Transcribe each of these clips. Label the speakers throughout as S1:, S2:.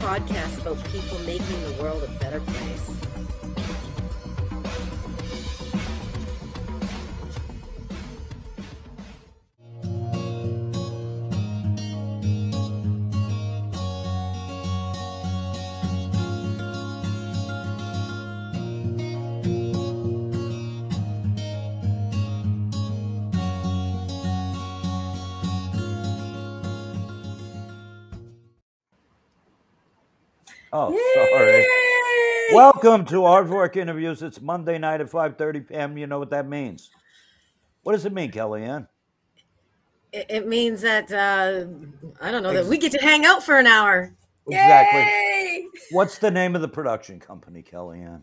S1: podcast about people making the world a better place.
S2: Oh, sorry. Welcome to Hardwork Interviews. It's Monday night at 5.30 p.m. You know what that means. What does it mean, Kellyanne?
S1: It, it means that uh, I don't know that we get to hang out for an hour.
S2: Exactly.
S1: Yay!
S2: What's the name of the production company, Kellyanne?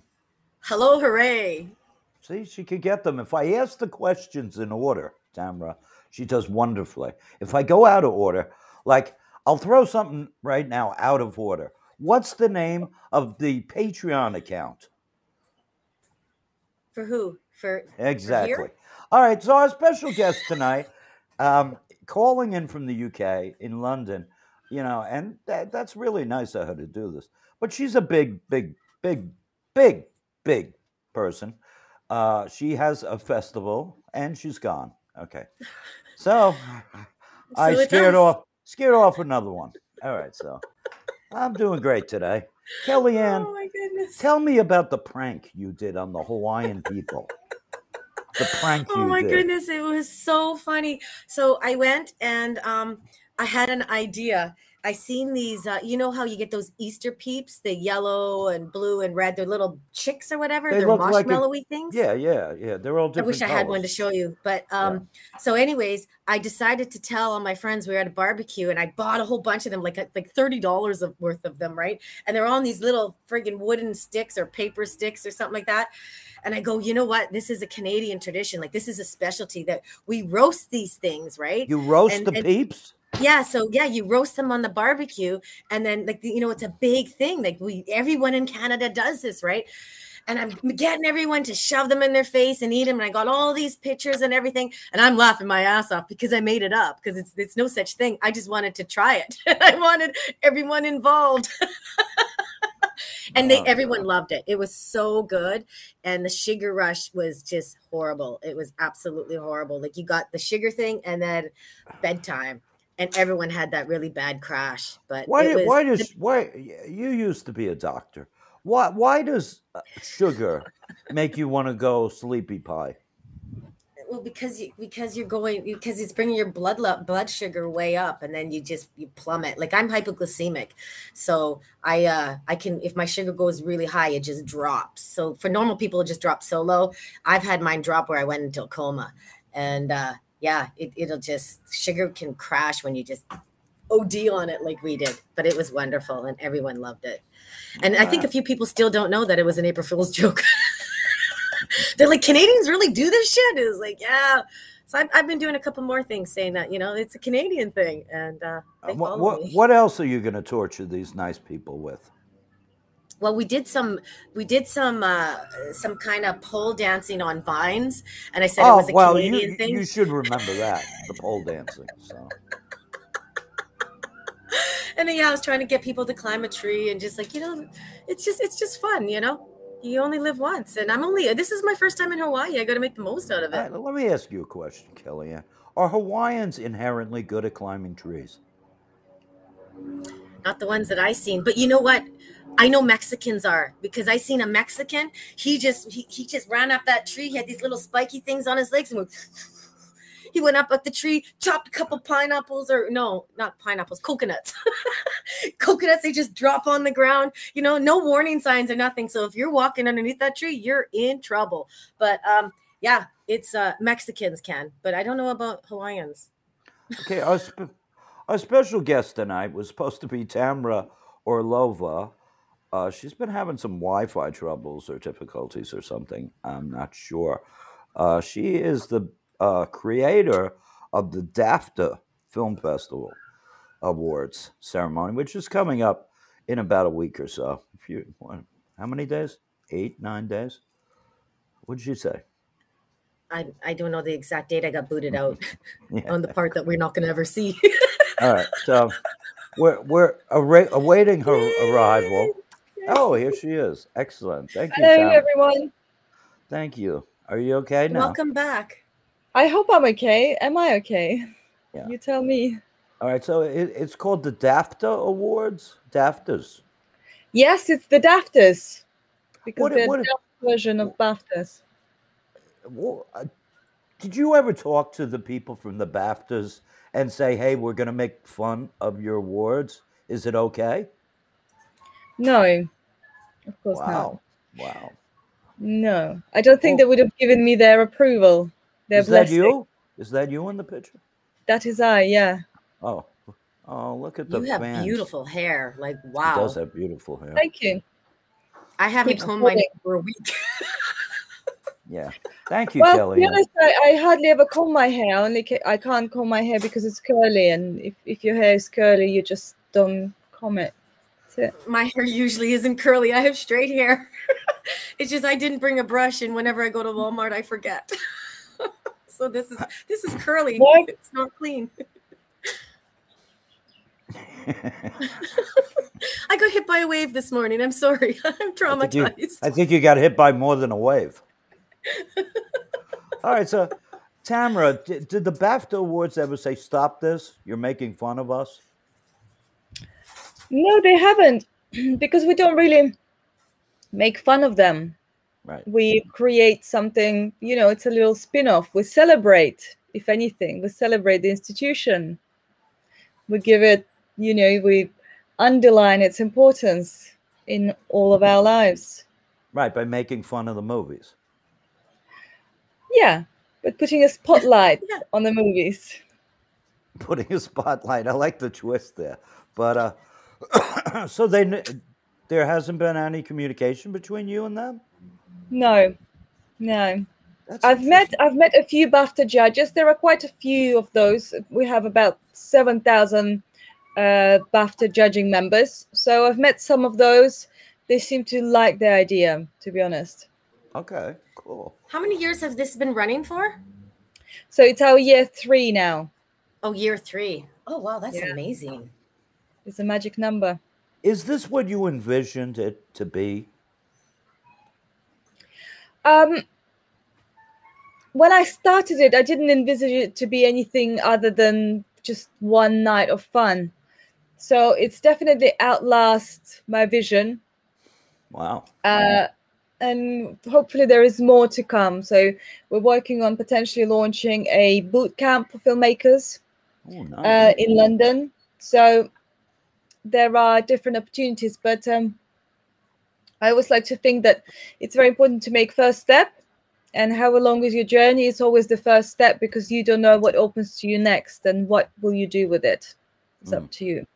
S1: Hello, hooray!
S2: See, she could get them. If I ask the questions in order, Tamra, she does wonderfully. If I go out of order, like I'll throw something right now out of order. What's the name of the Patreon account?
S1: For who? For
S2: Exactly. All right. So our special guest tonight, um, calling in from the UK in London, you know, and that, that's really nice of her to do this. But she's a big, big, big, big, big person. Uh, she has a festival and she's gone. Okay. So I
S1: So it's
S2: scared
S1: us.
S2: off scared off another one. All right, so I'm doing great today. Kellyanne,
S1: Oh my goodness!
S2: tell me about the prank you did on the Hawaiian people. The prank you
S1: Oh my
S2: did.
S1: goodness, it was so funny. So I went and um, I had an idea. I seen these, uh, you know how you get those Easter peeps, the yellow and blue and red, they're little chicks or whatever,
S2: They
S1: they are
S2: look like a-
S1: marshmallowy things.
S2: Yeah, yeah, yeah. They're all
S1: I
S2: different.
S1: wish I had one to
S2: colors.
S1: show you. But um, so, anyways, I decided to tell all my friends we were at a barbecue, and I bought a whole bunch of them, like uh, like thirty dollars of worth of them, right? And they're on these little friggin' wooden sticks or paper sticks or something like that. And I go, you know what? This is a Canadian tradition. Like this is a specialty that we roast these things, right?
S2: You roast
S1: And-
S2: the
S1: and-
S2: peeps?
S1: Yeah, so yeah, you roast them on the barbecue, and then like the, you know, it's a big thing. Like we, everyone in Canada does this, right? And I'm getting everyone to shove them in their face and eat them. And I got all these pictures and everything, and I'm laughing my ass off because I made it up because it's it's no such thing. I just wanted to try it. I wanted everyone involved, and they
S2: Oh,
S1: everyone
S2: God.
S1: loved it. It was so good, and the sugar rush was just horrible. It was absolutely horrible. Like you got the sugar thing, and then bedtime and everyone had that really bad crash but
S2: Why?
S1: it
S2: do-
S1: was,
S2: why does? Why you used to be a doctor? Why? Why does uh, sugar make you want to go sleepy pie?
S1: well because you because you're going because it's bringing your blood lo- blood sugar way up and then you just you plummet like i'm hypoglycemic so i uh i can if my sugar goes really high it just drops so for normal people it just drops so low i've had mine drop where i went until coma and uh yeah it, it'll just sugar can crash when you just od on it like we did but it was wonderful and everyone loved it and i think a few people still don't know that it was an april fool's joke They're like Canadians really do this shit. It's like yeah. So I've, I've been doing a couple more things saying that you know it's a Canadian thing, and uh, they
S2: What?
S1: follow
S2: What,
S1: me.
S2: what else are you going to torture these nice people with?
S1: Well, we did some we did some uh, some kind of pole dancing on vines, and I said it
S2: oh
S1: was a
S2: well, you
S1: Canadian
S2: you-
S1: thing.
S2: you should remember that the pole dancing. So
S1: and then yeah, I was trying to get people to climb a tree and just like you know, it's just it's just fun, you know. You only live once, and I'm only this is my first time in Hawaii. I got to make the most out of
S2: All
S1: it.
S2: right, let me ask you a question, Kellyanne. Are Hawaiians inherently good at climbing trees?
S1: not the ones that I seen. But you know what? I know Mexicans are because I seen a Mexican. He just he, he just ran up that tree. He had these little spiky things on his legs and went, he went up at the tree, chopped a couple pineapples or no, not pineapples, coconuts. coconuts they just drop on the ground. You know, no warning signs or nothing. So if you're walking underneath that tree, you're in trouble. But um, yeah, it's uh Mexicans can, but I don't know about Hawaiians.
S2: Okay, our, sp- our special guest tonight was supposed to be Tamra Orlova. Uh, she's been having some Wi Fi troubles or difficulties or something. I'm not sure. Uh, she is the uh, creator of the DAFTA Film Festival Awards ceremony, which is coming up in about a week or so. If you, what, how many days? Eight, nine days? What did you say?
S1: I, I don't know the exact date I got booted out
S2: Yeah.
S1: on the part that we're not gonna ever see.
S2: All right. So We're we're arra- awaiting her arrival. Oh, here she is. Excellent. Thank you,
S3: Hello,
S2: Tamara.
S3: everyone.
S2: Thank you. Are you okay now?
S1: Welcome back.
S3: I hope I'm okay. Am I okay?
S2: Yeah.
S3: You tell me.
S2: All right. So it, it's called the DAFTA Awards. DAFTAs.
S3: Yes, it's the Dafters. Because
S2: What-
S3: they're
S2: what-
S3: the Daft version of BAFTAs.
S2: Well, uh, did you ever talk to the people from the BAFTAs and say, "Hey, we're going to make fun of your awards. Is it okay?"
S3: No, of course
S2: Wow. Wow.
S3: not. No, I don't think
S2: Well-
S3: they would have given me their approval. Their
S2: is
S3: blessing.
S2: that you? Is that you in the picture?
S3: That is I. Yeah.
S2: Oh, oh, look at the
S1: You have
S2: fans.
S1: beautiful hair. Like
S2: She
S1: wow.
S2: does have beautiful hair.
S3: Thank you.
S1: I haven't
S3: Keeps
S1: combed my
S3: growing.
S1: nails for a week.
S2: Yeah. Thank you,
S3: Well, to
S2: Kelly.
S3: be honest, I, I hardly ever comb my hair. Only ca- I can't comb my hair because it's curly, and if, if your hair is curly, you just don't comb it. That's it.
S1: my hair usually isn't curly. I have straight hair. it's just I didn't bring a brush, and whenever I go to Walmart, I forget. so this is this is curly.
S3: What?
S1: It's not clean. I got hit by a wave this morning. I'm sorry. I'm
S2: think you-
S1: traumatized.
S2: I think you got hit by more than a wave. All right, so Tamara, did, did the BAFTA Awards ever say stop this? You're making fun of us.
S3: No, they haven't, because we don't really make fun of them.
S2: Right.
S3: We create something. You know, it's a little spin-off. We celebrate, if anything, we celebrate the institution. We give it. You know, we underline its importance in all of our lives.
S2: Right, by making fun of the movies.
S3: Yeah, but putting a spotlight
S1: Yeah.
S3: on the movies.
S2: Putting a spotlight. I like the twist there. But uh so they kn- there hasn't been any communication between you and them?
S3: No, no.
S2: That's
S3: I've met
S2: interesting.
S3: I've met a few BAFTA judges. There are quite a few of those. We have about seven thousand uh, BAFTA judging members. So I've met some of those. They seem to like the idea, to be honest.
S2: Okay, cool.
S1: How many years has this been running for?
S3: So it's our year three now.
S1: Oh, year three. Oh wow, that's
S3: Yeah.
S1: amazing.
S3: It's a magic number.
S2: Is this what you envisioned it to be?
S3: Um, when I started it, I didn't envisage it to be anything other than just one night of fun. So it's definitely outlast my vision,
S2: Wow.
S3: uh, and hopefully there is more to come. So we're working on potentially launching a boot camp for filmmakers
S2: Oh, nice.
S3: uh, in London. So there are different opportunities, but um, I always like to think that it's very important to make first step. And however long is your journey, it's always the first step because you don't know what opens to you next and what will you do with it. It's up to you.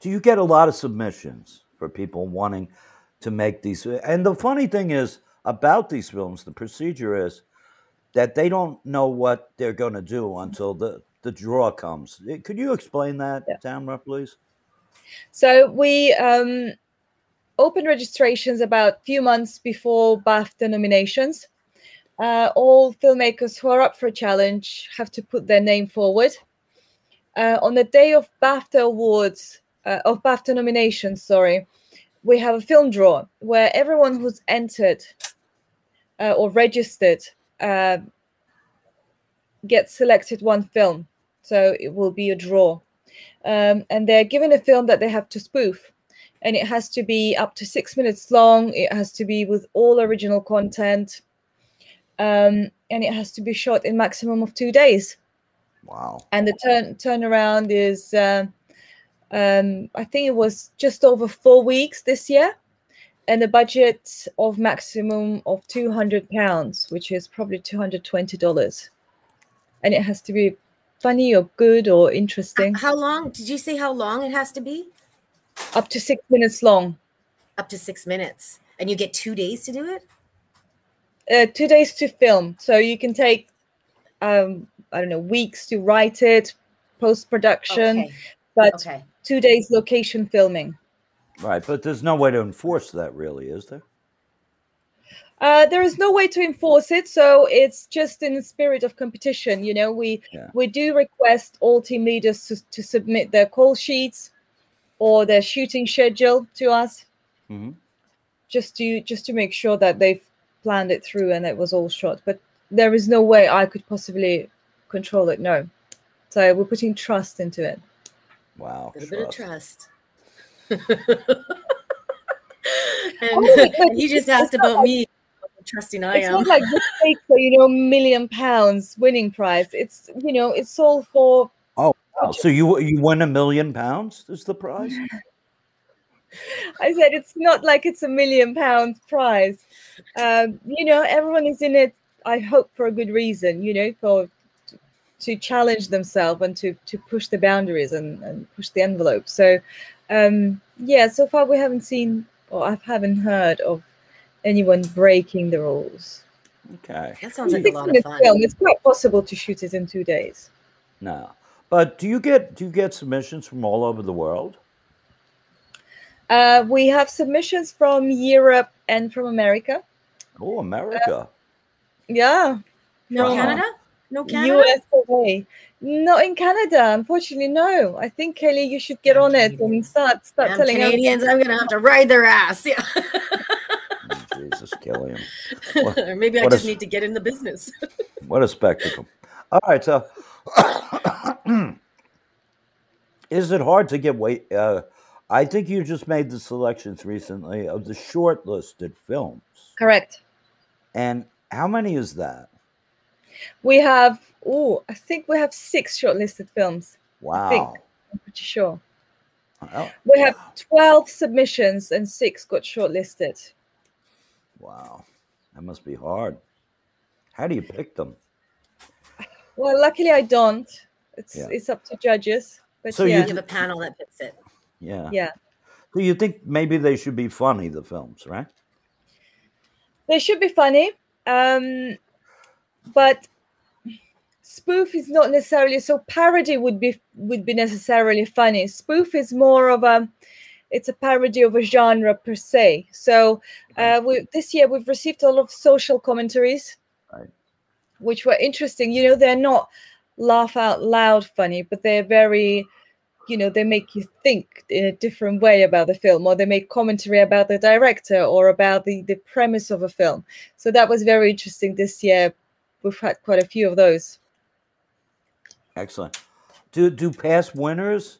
S2: Do you get a lot of submissions for people wanting to make these? And the funny thing is about these films, the procedure is that they don't know what they're going to do until the, the draw comes. Eh, Could you explain that,
S3: Yeah.
S2: Tamra, please?
S3: So we um, open registrations about few months before BAFTA nominations. Uh, all filmmakers who are up for a challenge have to put their name forward. Uh, on the day of BAFTA awards, uh, of BAFTA nominations, sorry, we have a film draw where everyone who's entered uh, or registered uh, gets selected one film. So it will be a draw um, and they're given a film that they have to spoof and it has to be up to six minutes long it has to be with all original content um, and it has to be shot in maximum of two days
S2: Wow.
S3: and the turn turnaround is uh, um, i think it was just over four weeks this year and a budget of maximum of 200 pounds which is probably 220 dollars and it has to be funny or good or interesting
S1: How long did you say how long it has to be?
S3: up to six minutes long
S1: Up to six minutes. And you get two days to do it?
S3: uh, two days to film so you can take um i don't know weeks to write it post production
S1: Okay.
S3: but
S1: Okay.
S3: two days location filming
S2: Right. But there's no way to enforce that, really, is there?
S3: Uh, there is no way to enforce it, so it's just in the spirit of competition. You know, we
S2: Yeah.
S3: we do request all team leaders to, to submit their call sheets or their shooting schedule to us,
S2: Mhm.
S3: just to just to make sure that they've planned it through and it was all shot. But there is no way I could possibly control it. No, so we're putting trust into it.
S2: Wow.
S1: A little
S2: trust.
S1: bit of trust. and,
S3: Oh, but
S1: and you just
S3: it's
S1: asked
S3: not
S1: about me, how trusting I
S3: it's
S1: am.
S3: not like this takes a you know million pounds winning prize. It's you know it's all for
S2: Wow, Oh, So you you win a million pounds is the prize?
S3: I said it's not like it's a million pound prize. Um, you know everyone is in it. I hope for a good reason. You know for to challenge themselves and to to push the boundaries and, and push the envelope. So um, yeah, so far we haven't seen or I haven't heard of anyone breaking the rules.
S2: Okay.
S1: That sounds like
S3: It's
S1: a
S3: a
S1: lot of
S3: six-minute
S1: fun.
S3: film. It's quite possible to shoot it in two days.
S2: No. But do you get do you get submissions from all over the world?
S3: Uh, we have submissions from Europe and from America.
S2: Oh, America.
S3: Yeah,
S1: No
S2: Wow.
S1: Canada? No Oh, Canada?
S3: US away. Not in Canada, unfortunately. No, I think Kelly, you should get
S1: I'm
S3: on it
S1: Canadian.
S3: and start start
S1: Damn
S3: telling
S1: Canadians, I'm gonna have to ride their ass. Yeah.
S2: Oh, Jesus, Killian. What-
S1: or maybe I
S2: what
S1: just
S2: is-
S1: need to get in the business.
S2: What a spectacle. All right, so is it hard to get weight? Uh, I think you just made the selections recently of the shortlisted films.
S3: Correct.
S2: And how many is that?
S3: We have. Oh, I think we have six shortlisted films.
S2: Wow. Oh,
S3: I'm pretty sure
S2: Well,
S3: we have twelve submissions and six got shortlisted.
S2: Wow. That must be hard. How do you pick them?
S3: Well, luckily I don't. It's
S2: Yeah.
S3: it's up to judges. But
S2: So you
S3: yeah,
S1: You have a panel that picks it.
S2: Yeah.
S3: yeah.
S2: So you think maybe they should be funny, the films, right?
S3: they should be funny um but spoof is not necessarily so parody would be would be necessarily funny spoof is more of a it's a parody of a genre per se so uh we, this year we've received a lot of social commentaries
S2: Right.
S3: which were interesting you know they're not laugh out loud funny but they're very you know they make you think in a different way about the film or they make commentary about the director or about the the premise of a film so that was very interesting this year we've had quite a few of those
S2: Excellent. Do do past winners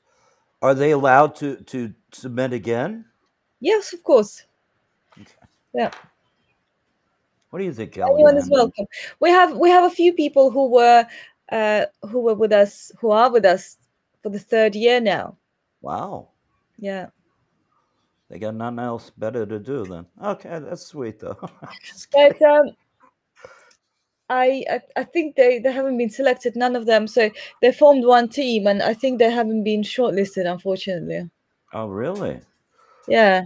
S2: are they allowed to to submit again?
S3: yes of course
S2: What do you think, Kelly?
S3: anyone is welcome we have we have a few people who were uh who were with us who are with us for the third year now
S2: Wow.
S3: yeah
S2: They got nothing else better to do then. Okay, that's sweet though. I'm just kidding.
S3: but um I, I I think they they haven't been selected none of them so they formed one team and I think they haven't been shortlisted unfortunately
S2: oh really?
S3: yeah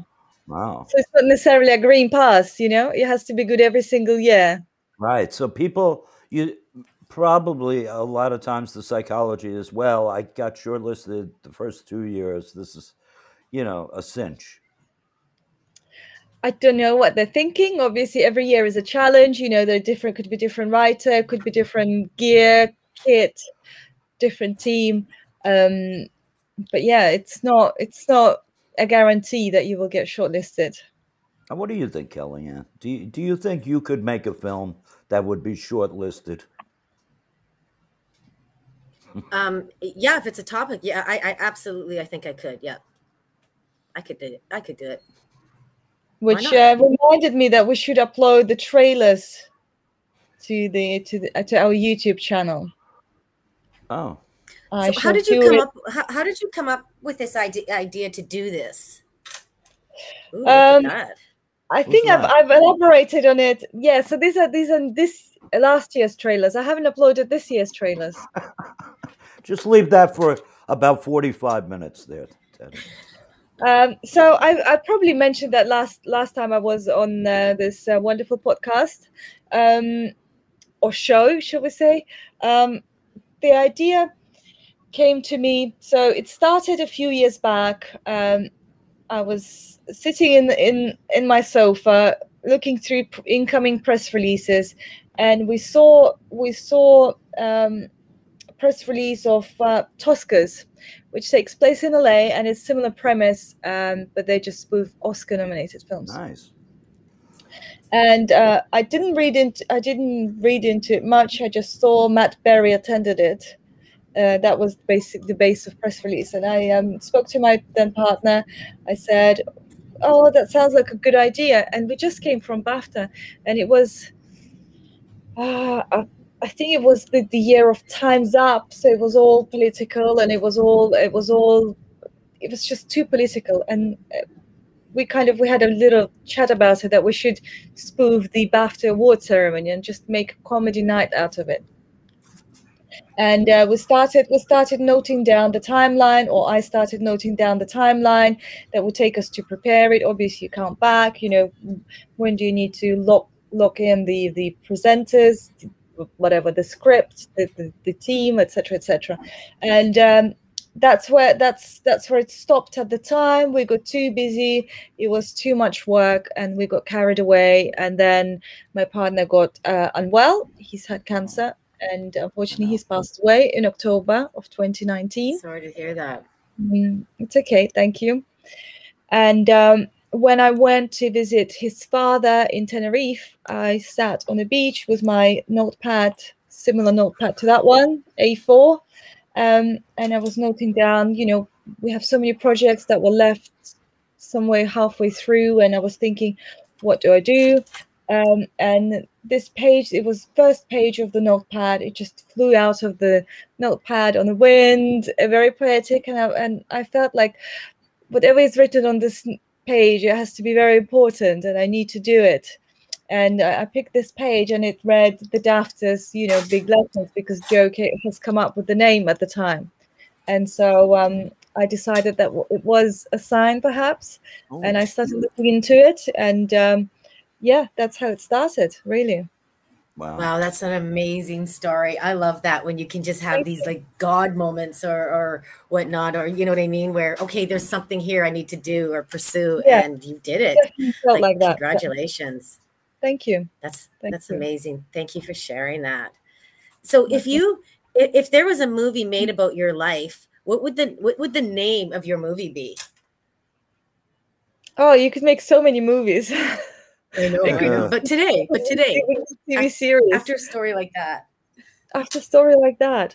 S2: Wow.
S3: So it's not necessarily a green pass, you know. It has to be good every single year.
S2: Right. So people you probably a lot of times the psychology is well, I got shortlisted the first two years. This is you know, a cinch.
S3: I don't know what they're thinking. Obviously, every year is a challenge. You know, they're different. Could be different writer. Could be different gear kit, different team. Um, but yeah, it's not. It's not a guarantee that you will get shortlisted.
S2: Uh, What do you think, Kellyanne? Do you, do you think you could make a film that would be shortlisted?
S1: Um, yeah, if it's a topic, yeah, I, I absolutely, I think I could. Yeah, I could do it. I could do it.
S3: Which
S1: not?
S3: uh, reminded me that we should upload the trailers to the to the uh, to our YouTube channel.
S2: Oh,
S3: I
S1: so how
S3: shall
S1: did you
S3: do
S1: come
S3: it.
S1: up? How, how did you come up with this idea, idea to do this? Ooh, look
S3: Um,
S1: at that.
S3: I
S2: Who's
S3: think I've,
S2: that?
S3: I've elaborated on it. Yeah, so these are these are this last year's trailers. I haven't uploaded this year's trailers.
S2: just leave that for about 45 minutes there. Ted.
S3: Um, so I, I probably mentioned that last last time I was on uh, this uh, wonderful podcast um, or show, shall we say? Um, the idea came to me. So it started a few years back. Um, I was sitting in in in my sofa looking through p- incoming press releases, and we saw we saw um, a press release of uh, Toscas, which takes place in LA and it's similar premise, um, but they just spoof Oscar-nominated films.
S2: Nice.
S3: And uh, I didn't read into I didn't read into it much. I just saw Matt Berry attended it. Uh, that was basic the base of press release. And I um, spoke to my then partner. I said, "Oh, that sounds like a good idea." And we just came from BAFTA, and it was. Uh, I- I think it was the, the year of Time's Up, so it was all political, and it was all it was all it was just too political. And uh, we kind of we had a little chat about it that we should spoof the BAFTA award ceremony and just make a comedy night out of it. And uh, we started we started noting down the timeline, or I started noting down the timeline that would take us to prepare it. Obviously, you count back. You know, when do you need to lock lock in the the presenters, whatever the script, the the, the team, etc., etc. And um, that's where that's that's where it stopped at the time. We got too busy. It was too much work, and we got carried away. And then my partner got uh, unwell. He's had cancer, and unfortunately, he's passed away in October of 2019.
S1: Sorry to hear that.
S3: Mm, it's okay, thank you. And um, when I went to visit his father in Tenerife, I sat on the beach with my notepad, similar notepad to that one, A4, um, and I was noting down. You know, we have so many projects that were left somewhere halfway through, and I was thinking, what do I do? Um, and this page, it was first page of the notepad. It just flew out of the notepad on the wind, uh, very poetic, and I, and I felt like whatever is written on this n- page, it has to be very important, and I need to do it. And I, I picked this page, and it read the Dafters, you know, big letters because Joe K- has come up with the name at the time, and so um, I decided that w- it was a sign, perhaps, and I started looking into it, and um, yeah, that's how it started, really.
S2: Wow.
S1: Wow, that's an amazing story. I love that when you can just have
S3: Thank
S1: these like God moments or or whatnot, or you know what I mean, where okay, there's something here I need to do or pursue,
S3: Yeah.
S1: and you did it.
S3: Definitely felt like that.
S1: Congratulations.
S3: Thank you.
S1: That's
S3: Thank
S1: that's
S3: you.
S1: amazing. Thank you for sharing that. So if
S3: welcome. Mm-hmm.
S1: you i- if there was a movie made about your life, what would the what would the name of your movie be?
S3: Oh, you could make so many movies.
S1: I know,
S2: I know.
S1: But today, but today,
S3: TV
S1: af-
S3: series
S1: after a story like that,
S3: after a story like that.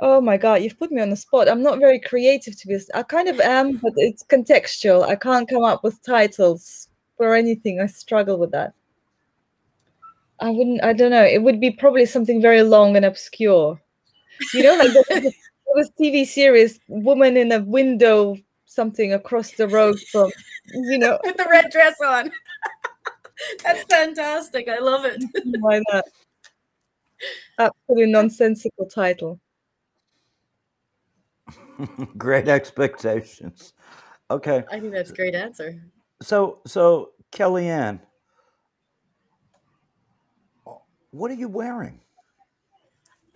S3: Oh my god, you've put me on the spot. I'm not very creative to be. honest. I kind of am, but it's contextual. I can't come up with titles for anything. I struggle with that. I wouldn't. I don't know. It would be probably something very long and obscure. You know, like there was a- there was TV series "Woman in a Window," something across the road from. You know,
S1: with the red dress on. That's fantastic. I love it.
S3: why that? Absolutely nonsensical title.
S2: Great expectations. Okay.
S1: I think that's a great answer.
S2: So so Kellyanne, uh, what are you wearing?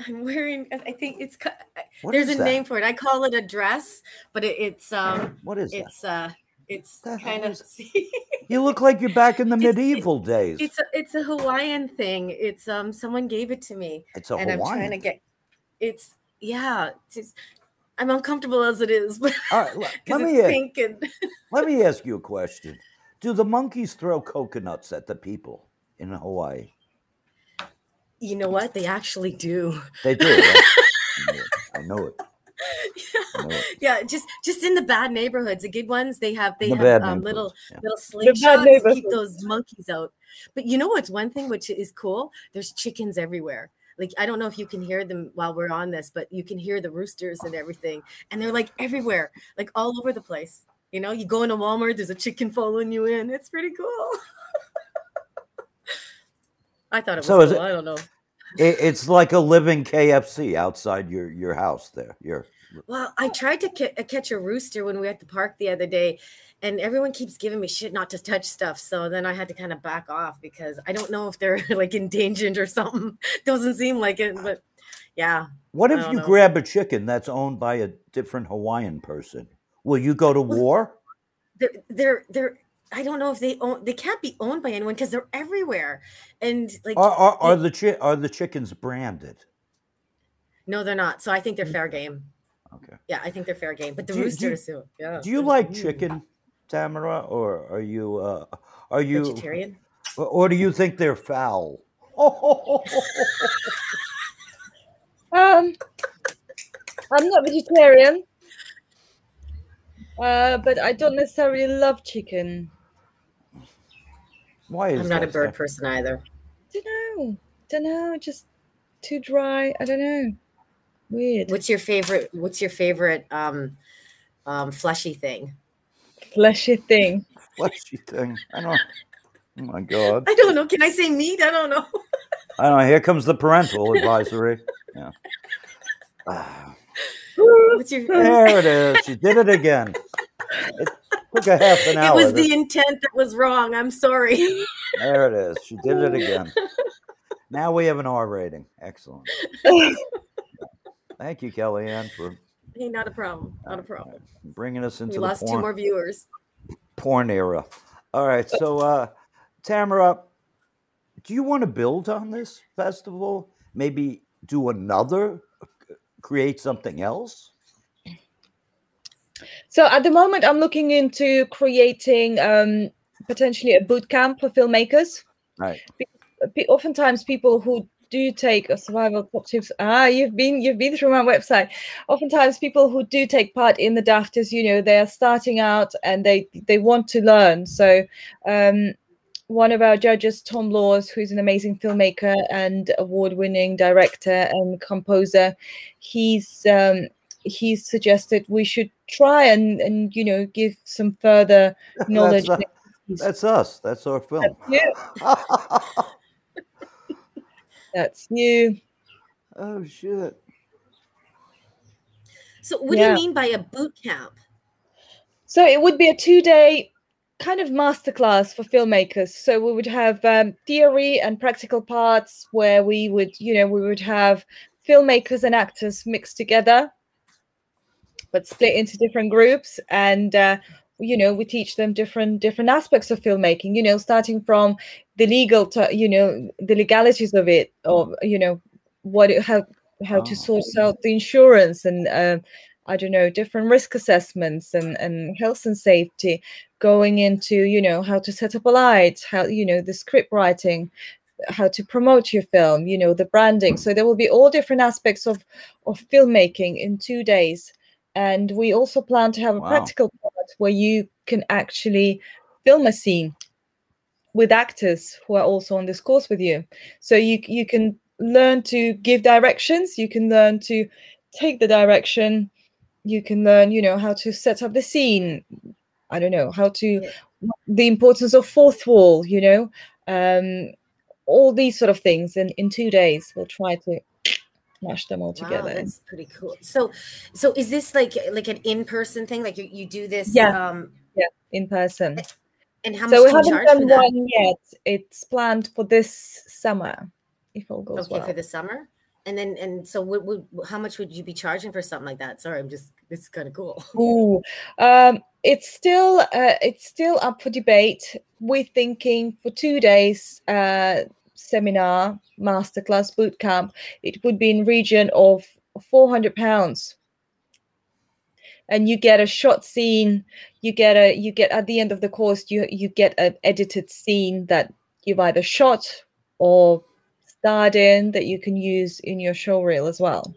S1: I'm wearing. I I think it's. ca- I-
S2: What
S1: There's
S2: is
S1: a
S2: that?
S1: name for it. I call it a dress, but it, it's um,
S2: What is that?
S1: it's uh, it's
S2: The hell
S1: kind of.
S2: You look like you're back in the
S1: It's- it-
S2: medieval days.
S1: It's a, it's a Hawaiian thing. It's um, someone gave it to me,
S2: It's a
S1: and I'm
S2: Hawaiian.
S1: trying to get. It's yeah. It's, just- I'm uncomfortable as it is, but
S2: All right, le- let
S1: because
S2: me uh,
S1: it's
S2: a-
S1: pink and
S2: let me ask you a question. Do the monkeys throw coconuts at the people in Hawaii?
S1: you know what they actually do.
S2: They do. right? I know it. I know it. I know it.
S1: yeah, just just in the bad neighborhoods, the good ones they have they
S2: The
S1: have
S2: bad
S1: um,
S2: neighborhoods,
S1: little
S2: yeah.
S1: little
S3: bad
S1: slingshots to keep
S3: neighborhood.
S1: those monkeys out. But you know what's one thing which is cool? There's chickens everywhere. Like I don't know if you can hear them while we're on this, but you can hear the roosters and everything, and they're like everywhere, like all over the place. You know, you go into Walmart, there's a chicken following you in. It's pretty cool. I thought it was
S2: So is
S1: cool.
S2: it-
S1: I don't know.
S2: It, it's like a living KFC outside your your house there. Your
S1: Well, I tried to ca- uh, catch a rooster when we were at the park the other day, and everyone keeps giving me shit not to touch stuff. So then I had to kind of back off because I don't know if they're like endangered or something. Doesn't seem like it, but yeah.
S2: what if
S1: don't
S2: you
S1: know.
S2: grab a chicken that's owned by a different Hawaiian person? Will you go to war?
S1: They're they're they're I don't know if they own. They can't be owned by anyone because they're everywhere, and like
S2: Are, are, are the chi- are the chickens branded?
S1: no, they're not. So I think they're fair game.
S2: Mm. Okay.
S1: Yeah, I think they're fair game. But the
S2: Do you- do you-
S1: roosters, too. Yeah.
S2: Do you like chicken, Tamara, or are you uh, are you
S1: vegetarian?
S2: or- or do you think they're foul? Oh,
S3: Um, I'm not vegetarian, uh, but I don't necessarily love chicken.
S2: why is
S1: I'm not a
S2: that,
S1: bird
S2: Tam-
S1: person either.
S3: Don't know. Don't know. Just too dry. I don't know. Weird.
S1: What's your favorite? What's your favorite um, um, fleshy thing?
S3: fleshy thing.
S2: Fleshy thing. I don't. Oh my god.
S1: I don't know. Can I say meat? I don't know.
S2: I don't know. Here comes the parental advisory. Yeah. Ah,
S1: What's your?
S2: there it is. She did it again. It took a half an
S1: It
S2: hour.
S1: was
S2: to-
S1: the intent that was wrong. I'm sorry.
S2: There it is. She did it again. Now we have an R rating. Excellent. Thank you, Kellyanne, for
S1: hey, not a problem. Not a problem.
S2: bringing us
S1: We
S2: into the
S1: lost two
S2: porn,
S1: more viewers.
S2: porn era. All right. So, uh, Tamara, do you want to build on this festival? Maybe do another, c- create something else?
S3: So at the moment, I'm looking into creating um, potentially a boot camp for filmmakers.
S2: All right.
S3: Pe- Oftentimes, people who do take a survival pop tips. Ah, you've been you've been through my website. Oftentimes, people who do take part in the DAFTers, you know, they are starting out and they they want to learn. So. Um, one of our judges, Tom Laws, who's an amazing filmmaker and award-winning director and composer, he's um, he suggested we should try and and you know give some further knowledge.
S2: That's, that's us. That's our film.
S3: new. That's new.
S2: oh, shit.
S1: So, what do
S3: Yeah.
S1: you mean by a boot camp?
S3: So it would be a two-day kind of masterclass for filmmakers. So we would have um, theory and practical parts where we would, you know, we would have filmmakers and actors mixed together, but split into different groups, and uh, you know, we teach them different different aspects of filmmaking. You know, starting from the legal, to, you know, the legalities of it, or you know, what it, how how
S2: Oh.
S3: to source out the insurance and. Uh, I don't know, different risk assessments and, and health and safety, going into, you know, how to set up a light, how, you know, the script writing, how to promote your film, you know, the branding. So there will be all different aspects of, of filmmaking in two days. And we also plan to have a
S2: Wow.
S3: practical part where you can actually film a scene with actors who are also on this course with you. So you you can learn to give directions, you can learn to take the direction, you can learn, you know, how to set up the scene. I don't know, how to
S1: Yeah.
S3: the importance of fourth wall, you know. Um all these sort of things in in 2 days we'll try to mash them all together.
S1: Wow, that's pretty cool. So, so is this like like an in person thing? Like you, you do this?
S3: Yeah.
S1: Um,
S3: in person.
S1: and how
S3: So we
S1: much do you
S3: haven't
S1: charge for
S3: done
S1: that?
S3: one yet. It's planned for this summer, if all goes
S1: okay
S3: well.
S1: for the summer. And then and so what would how much would you be charging for something like that? Sorry, I'm just this is kind of cool.
S3: Ooh, um, it's still uh, it's still up for debate. We're thinking for two days uh, seminar, masterclass, boot camp. It would be in region of four hundred pounds, and you get a shot scene. You get a you get at the end of the course you you get an edited scene that you've either shot or starred in that you can use in your show reel as well.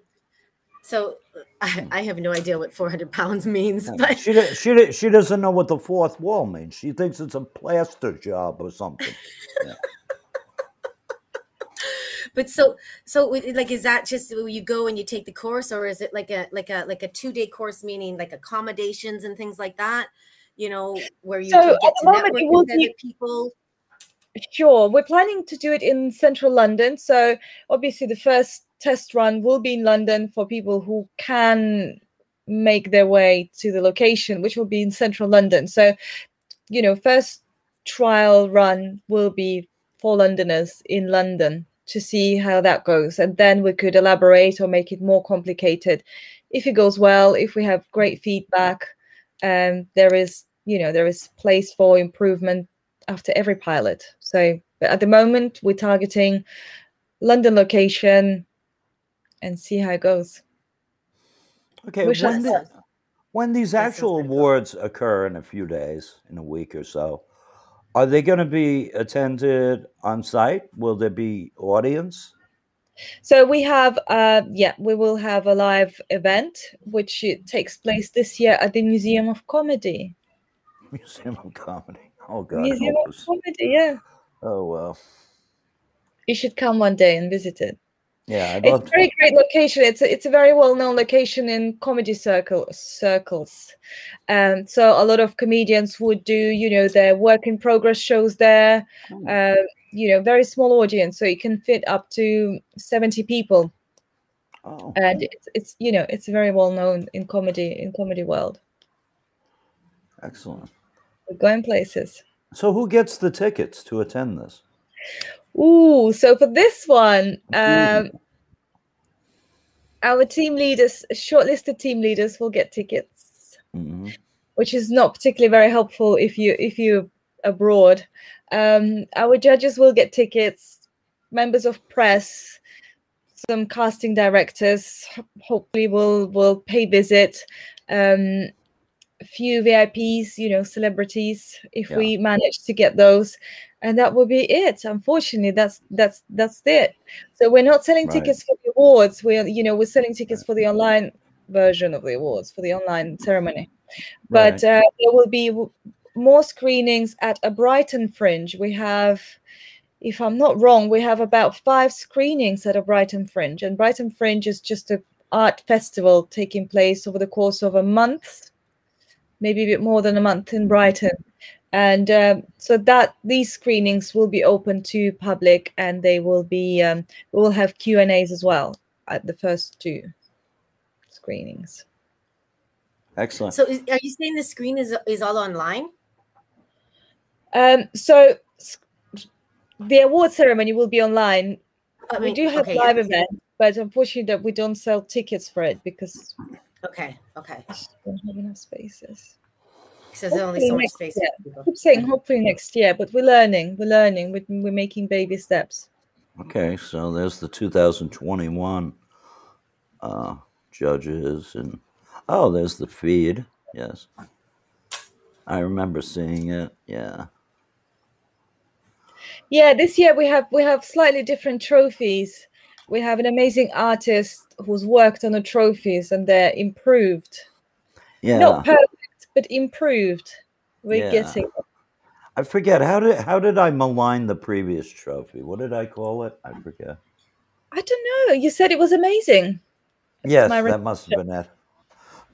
S1: So uh, I, I have no idea what 400 pounds means,
S2: Yeah,
S1: but
S2: she, do- she, do- she doesn't know what the fourth wall means. She thinks it's a plaster job or something.
S1: but so so wi- like is that just you go and you take the course, or is it like a like a like a two day course meaning like accommodations and things like that? You know where you
S3: So,
S1: can
S3: at
S1: get
S3: the
S1: to
S3: moment, it
S1: network with
S3: will
S1: other
S3: be-
S1: people.
S3: Sure. We're planning to do it in central London. So obviously the first test run will be in London for people who can make their way to the location, which will be in central London. So, you know, first trial run will be for Londoners in London to see how that goes. And then we could elaborate or make it more complicated. If it goes well, if we have great feedback, um, there is you know there is place for improvement after every pilot. So, but at the moment we're targeting London location and see how it goes.
S2: Okay,
S3: Wish
S2: when,
S3: us
S2: the-
S3: luck.
S2: when these
S1: That sounds
S2: actual
S1: pretty cool.
S2: awards occur in a few days, in a week or so, are they going to be attended on site? Will there be audience?
S3: So we have, uh, yeah, we will have a live event which it takes place this year at the Museum of Comedy.
S2: Museum of Comedy. Oh God! I
S3: Museum
S2: hope
S3: of
S2: it's-
S3: Comedy, yeah.
S2: Oh well.
S3: You should come one day and visit it.
S2: Yeah, I'd love
S3: It's a
S2: to.
S3: very great location. It's a, it's a very well known location in comedy circle circles. Um, so a lot of comedians would do, you know, their work in progress shows there.
S2: Hmm.
S3: Uh, you know, very small audience, so it can fit up to seventy people,
S2: Oh,
S3: and it's, it's you know it's very well known in comedy in comedy world.
S2: excellent.
S3: We're going places.
S2: So, who gets the tickets to attend this?
S3: Ooh, so for this one, um,
S2: Mhm.
S3: our team leaders, shortlisted team leaders, will get tickets,
S2: Mhm.
S3: which is not particularly very helpful if you if you abroad. Um, our judges will get tickets, members of press, some casting directors. ho- Hopefully, will will pay visit. Um, a few VIPs, you know, celebrities, if
S2: Yeah.
S3: we manage to get those, and that will be it. Unfortunately, that's that's that's it. So we're not selling
S2: Right.
S3: tickets for the awards. We're you know we're selling tickets for the online version of the awards for the online ceremony. But
S2: Right.
S3: uh, there will be w- more screenings at a Brighton Fringe. We have. If I'm not wrong, we have about five screenings at a Brighton Fringe, and Brighton Fringe is just a art festival taking place over the course of a month maybe a bit more than a month in Brighton. And um, so that these screenings will be open to public, and they will be um, we will have Q and A's as well at the first two screenings.
S2: excellent.
S1: So, is, are you saying the screen is is all online?
S3: Um, so s- the award ceremony will be online.
S1: I
S3: We
S1: mean,
S3: do have
S1: okay,
S3: live
S1: yeah.
S3: event, but unfortunately, that we don't sell tickets for it because
S1: Okay, okay.
S3: we just don't have enough spaces.
S1: So there's only
S3: Hopefully
S1: so much
S3: next
S1: space.
S3: year.
S1: For people.
S3: keep saying hopefully next year, but we're learning. We're learning. We're, we're making baby steps.
S2: Okay, so there's the 2021 uh, judges, and oh, there's the feed. Yes, I remember seeing it. Yeah.
S3: Yeah, this year we have we have slightly different trophies. We have an amazing artist who's worked on the trophies and they're improved.
S2: Yeah.
S3: Not perfect, but improved. We're
S2: Yeah.
S3: getting
S2: I forget how did how did I malign the previous trophy? What did I call it? I forget.
S3: I don't know. You said it was amazing.
S2: Yes,
S3: my
S2: that must have been it.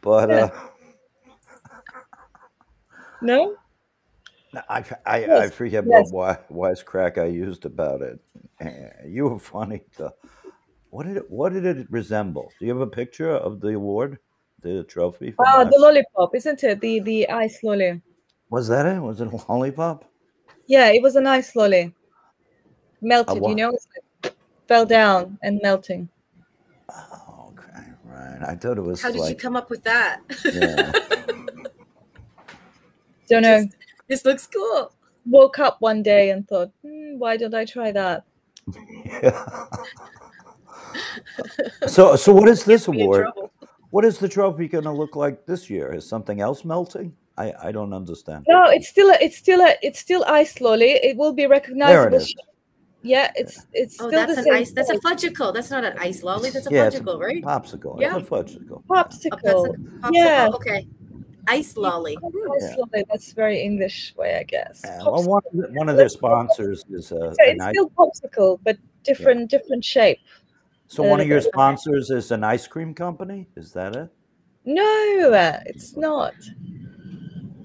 S2: But uh,
S3: No?
S2: I, I, I
S3: Yes,
S2: forget
S3: yes.
S2: what wi- wisecrack I used about it. Eh, You were funny. Though. What did it, what did it resemble? Do you have a picture of the award, the trophy? from
S3: Ah,
S1: Uh,
S2: last-
S3: the lollipop, isn't it? The the ice lolly.
S2: was that it? Was it a lollipop?
S3: Yeah, it was an ice lolly. Melted,
S2: wa-
S3: you know? It Fell down and melting.
S2: Oh, okay, right. I thought it was
S1: How did you
S2: like
S1: come up with that?
S2: yeah.
S3: Don't know.
S1: Just- this looks cool.
S3: Woke up one day and thought, hmm, why did I try that?
S2: yeah. so so what is this
S1: Be in
S2: award?
S1: trouble. Oh,
S2: What is the trophy going to look like this year? Is something else melting? I, I don't understand.
S3: No, it's still a, it's still a, it's still ice lolly. It will be
S2: There it
S3: recognizable.
S2: is.
S3: Yeah, it's it's
S1: Oh,
S3: still
S1: that's
S3: the
S1: an
S3: same
S1: ice. That's a
S3: shape.
S1: fudgicle. That's not an ice lolly. That's a
S2: Yeah, it's a
S1: fudgicle, right?
S2: popsicle.
S1: Yeah.
S2: It's a fudgicle.
S1: Oh,
S3: popsicle.
S1: that's a popsicle.
S3: Yeah.
S1: Okay. Ice lolly.
S3: Ice lolly. That's very English way, I guess.
S2: Yeah, Uh, well,
S3: Popsicle.
S2: one, of the- one of their sponsors is uh,
S3: so
S2: an
S3: it's
S2: ice,
S3: still popsicle, but different different shape.
S2: so one of your
S3: uh,
S2: sponsors is an ice cream company. Is that it?
S3: No, uh, it's not.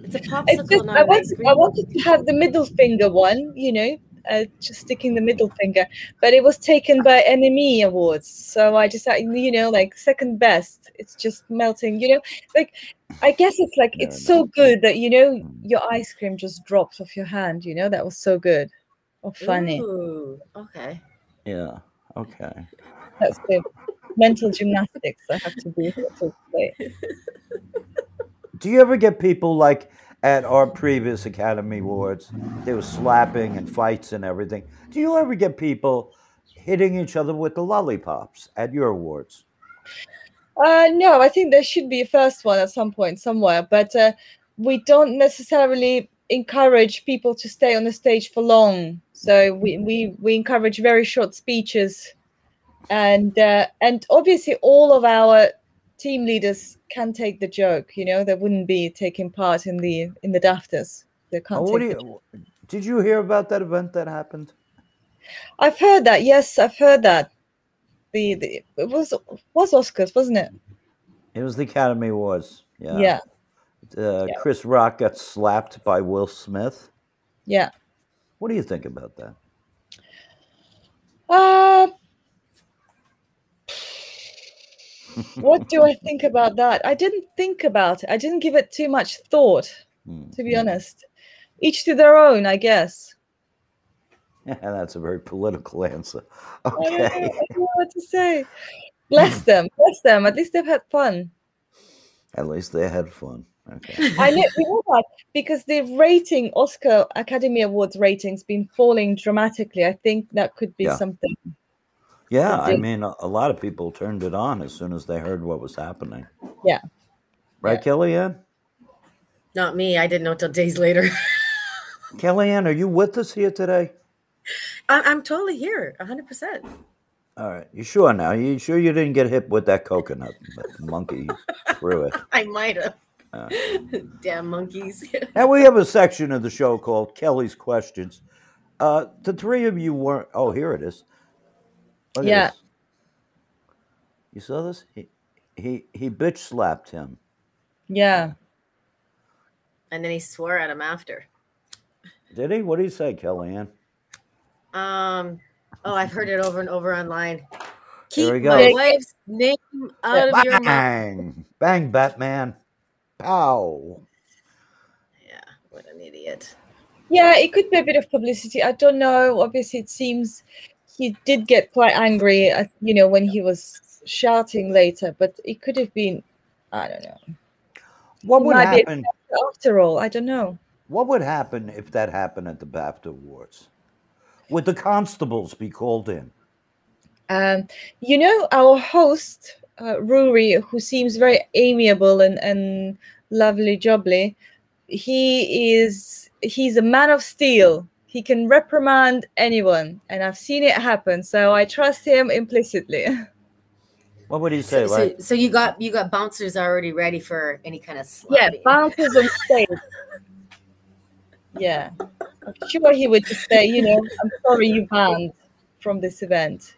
S1: It's a popsicle,
S3: It's just,
S1: not
S3: I
S1: an ice
S3: wanted
S1: cream.
S3: I wanted to have the middle finger one. You know. Uh, just sticking the middle finger, but it was taken by NME Awards, so I decided, you know, like second best. It's just melting, you know. I guess it's like
S2: Fair
S3: it's so good that you know your ice cream just dropped off your hand. You know that was so good or funny.
S1: Ooh, okay.
S2: Yeah. Okay.
S3: That's good. Mental gymnastics I have to do. here to play.
S2: Do you ever get people like at our previous Academy Awards, there was slapping and fights and everything. Do you ever get people hitting each other with the lollipops at your awards?
S3: Uh, no, I think there should be a first one at some point somewhere, but uh, we don't necessarily encourage people to stay on the stage for long. So we we, we encourage very short speeches, and uh, and obviously all of our team leaders can take the joke. You know, they wouldn't be taking part in the in the dafters. They can't.
S2: Oh, what do
S3: take the
S2: you, did you hear about that event that happened?
S3: I've heard that. Yes, I've heard that. The, the it was was Oscars, wasn't it?
S2: It was the Academy Awards. Yeah.
S3: yeah,
S2: Uh,
S3: Yeah.
S2: Chris Rock got slapped by Will Smith.
S3: yeah.
S2: What do you think about that?
S3: Uh, what do I think about that? I didn't think about it. I didn't give it too much thought,
S2: Hmm.
S3: to be honest. Each to their own, I guess.
S2: Yeah, that's a very political answer.
S3: I don't know, I
S2: Okay.
S3: don't know what to say. Bless them. Bless them. At least they've had fun.
S2: At least they had fun. Okay.
S3: I know, you know what? Because the rating, Oscar Academy Awards ratings, been falling dramatically. I think that could be
S2: Yeah.
S3: something.
S2: Yeah, I
S3: did.
S2: mean, a, a lot of people turned it on as soon as they heard what was happening.
S3: Yeah.
S2: Right, Kellyanne?
S1: Not me. I didn't know till days later.
S2: Kellyanne, are you with us here today?
S1: I- I'm totally here, 100%.
S2: All right. You sure now? You sure you didn't get hit with that coconut that monkey threw it?
S1: I might have.
S2: Uh.
S1: Damn monkeys.
S2: Now we have a section of the show called Kelly's Questions. Uh, the three of you weren't. Oh, here it is. Look at
S3: Yeah.
S2: this. You saw this? He he he bitch slapped him.
S3: Yeah.
S1: and then he swore at him after.
S2: Did he? What did he say, Kellyanne?
S1: Um, oh, I've heard it over and over online.
S2: we
S1: Keep
S2: go.
S1: my wife's name out of your mouth.
S2: Bang! Bang, Batman! Pow!
S1: Yeah, what an idiot.
S3: Yeah, it could be a bit of publicity. I don't know. Obviously, it seems he did get quite angry, uh, you know, when he was shouting later, but it could have been, I don't know.
S2: What
S3: He
S2: would
S3: might be-
S2: happen?
S3: After all, I don't know.
S2: What would happen if that happened at the BAFTA Awards? Would the constables be called in?
S3: Um, you know, our host, uh, Ruri, who seems very amiable and, and lovely, jubbly, he is he's a man of steel. He can reprimand anyone, and I've seen it happen, so I trust him implicitly.
S2: What would he say?
S1: So,
S2: Like,
S1: so, so you got you got bouncers already ready for any kind of
S3: Yeah,
S1: slapping.
S3: bounces on stage. Yeah. I'm sure he would just say, you know, I'm sorry you banned from this event.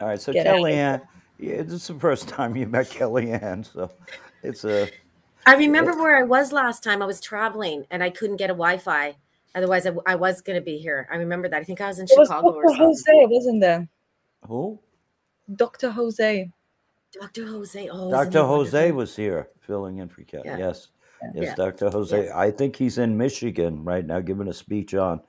S2: All right, so
S3: Get out of
S2: Kellyanne, yeah, this is the first time you met Kellyanne, so it's a
S1: I remember where I was last time. I was traveling and I couldn't get a Wi-Fi. Otherwise, I, w- I was gonna be here. I remember that. I think I was in
S3: It was
S1: Chicago or
S3: Dr.
S1: something.
S3: Jose, wasn't there?
S2: who?
S3: Dr. Jose.
S1: Dr. Jose. Oh, isn't he
S2: Dr. Jose
S1: wonderful?
S2: was here filling in for Kelly.
S1: Yeah.
S2: Yes, yes,
S1: Yeah.
S2: Dr. Jose. I think he's in Michigan right now, giving a speech on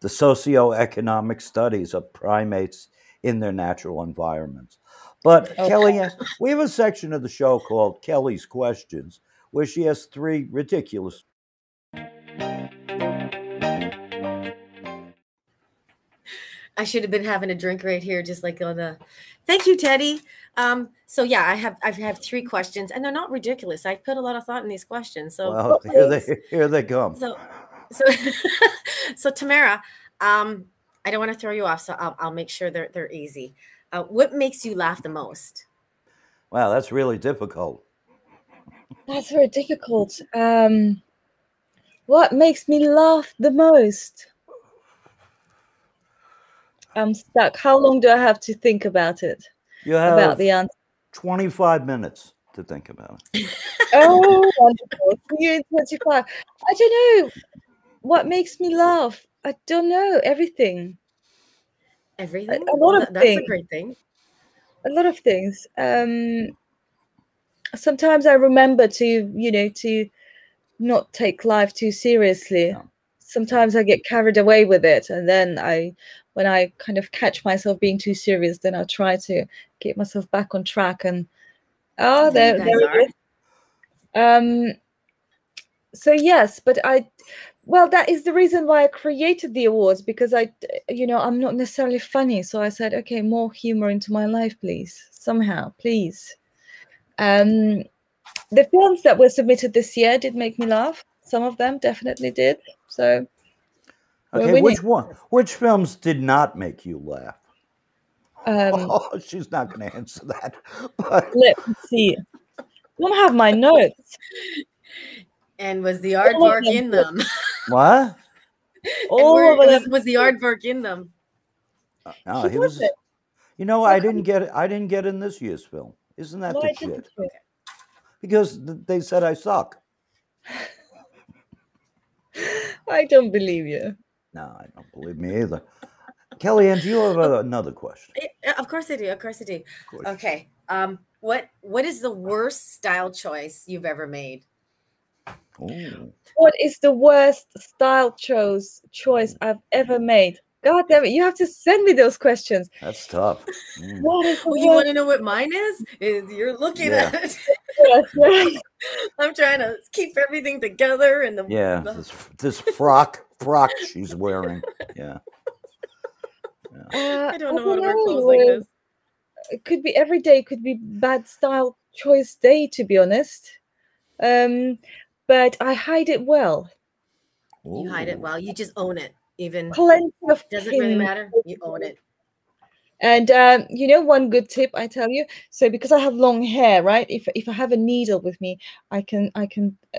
S2: the socioeconomic studies of primates in their natural environments. But
S3: Okay.
S2: Kellyanne, we have a section of the show called Kelly's Questions, where she has three ridiculous.
S1: I should have been having a drink right here, just like on the. Thank you, Teddy. Um, so yeah, I have I have three questions, and they're not ridiculous. I put a lot of thought in these questions. So
S2: Well, here they here they come.
S1: So- so so Tamara, um, I don't want to throw you off, so I'll, I'll make sure they're they're easy. Uh, what makes you laugh the most?
S2: Wow, that's really difficult.
S3: That's very difficult. Um, what makes me laugh the most? I'm stuck. How long do I have to think about it?
S2: You have
S3: About the answer.
S2: 25 minutes to think about it.
S3: Oh, wonderful. You in 25. I don't know what makes me laugh. I don't know everything,
S1: Everything.
S3: lot
S1: Well,
S3: of
S1: that- that's a
S3: things.
S1: great thing.
S3: a lot of things. Um, sometimes I remember to, you know, to not take life too seriously.
S2: Yeah.
S3: Sometimes I get carried away with it, and then I, when I kind of catch myself being too serious, then I try to get myself back on track. And oh,
S1: There
S3: there,
S1: you
S3: there
S1: guys
S3: it is. Um, so yes but i well that is the reason why i created the awards because i you know i'm not necessarily funny so i said okay more humor into my life please somehow please um the films that were submitted this year did make me laugh some of them definitely did so
S2: okay which one which films did not make you laugh
S3: um
S2: oh, she's not going to answer that but
S3: let's see i don't have my notes
S1: And was the aardvark in them?
S2: what
S1: And were-
S3: all of
S1: was,
S3: them
S1: was the aardvark in them?
S2: Uh, no
S3: She
S2: he was
S3: wasn't.
S2: you know i didn't get i didn't get in this year's film isn't that
S3: No, I
S2: the
S3: didn't
S2: shit
S3: do it.
S2: because th- they said i suck
S3: I don't believe you
S2: No, I don't believe me either. Kellyanne, do you have a- another question?
S1: Eh, eh, of course I do. Of course I do.
S2: Of course.
S1: Okay. Um, what what is the worst style choice you've ever made?
S2: Ooh.
S3: what is the worst style chose choice i've ever made god damn it you have to send me those questions
S2: that's tough. Mm.
S3: what is the
S1: Oh, you
S3: worst
S1: want to know what mine is? Eh, You're looking
S2: Yeah.
S1: at it.
S3: choice?
S1: I'm trying to keep everything together and the
S2: Yeah,
S1: the-
S2: this, this frock frock she's wearing. Yeah,
S3: Uh,
S1: I don't know how
S3: don't
S1: to wear clothes
S3: know,
S1: like
S3: uh,
S1: this.
S3: it could be every day could be bad style choice day to be honest um but i hide it well
S1: You hide it
S2: Ooh.
S1: well. You just own it. Even
S3: plenty of
S1: doesn't really
S3: pins.
S1: matter. You own it.
S3: and um, you know one good tip i tell you so because i have long hair right if if i have a needle with me i can i can uh,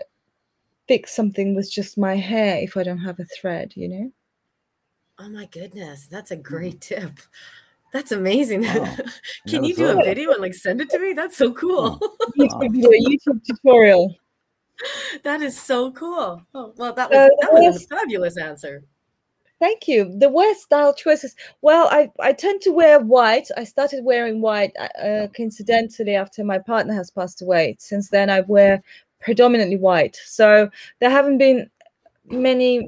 S3: fix something with just my hair if i don't have a thread you know
S1: Oh my goodness, that's a great tip. That's amazing.
S2: Hmm. Wow.
S1: Can
S2: Never
S1: you do
S2: thought
S1: a
S2: of that. Hmm.
S1: video and like send it to me? That's so cool.
S3: youtube, video, YouTube tutorial
S1: that is so cool. Oh, well, that
S3: Uh,
S1: was that was
S3: yes.
S1: a fabulous answer.
S3: Thank you. The worst style choices. Well, I, I tend to wear white. I started wearing white uh, uh, coincidentally after my partner has passed away. Since then, I wear predominantly white. So there haven't been many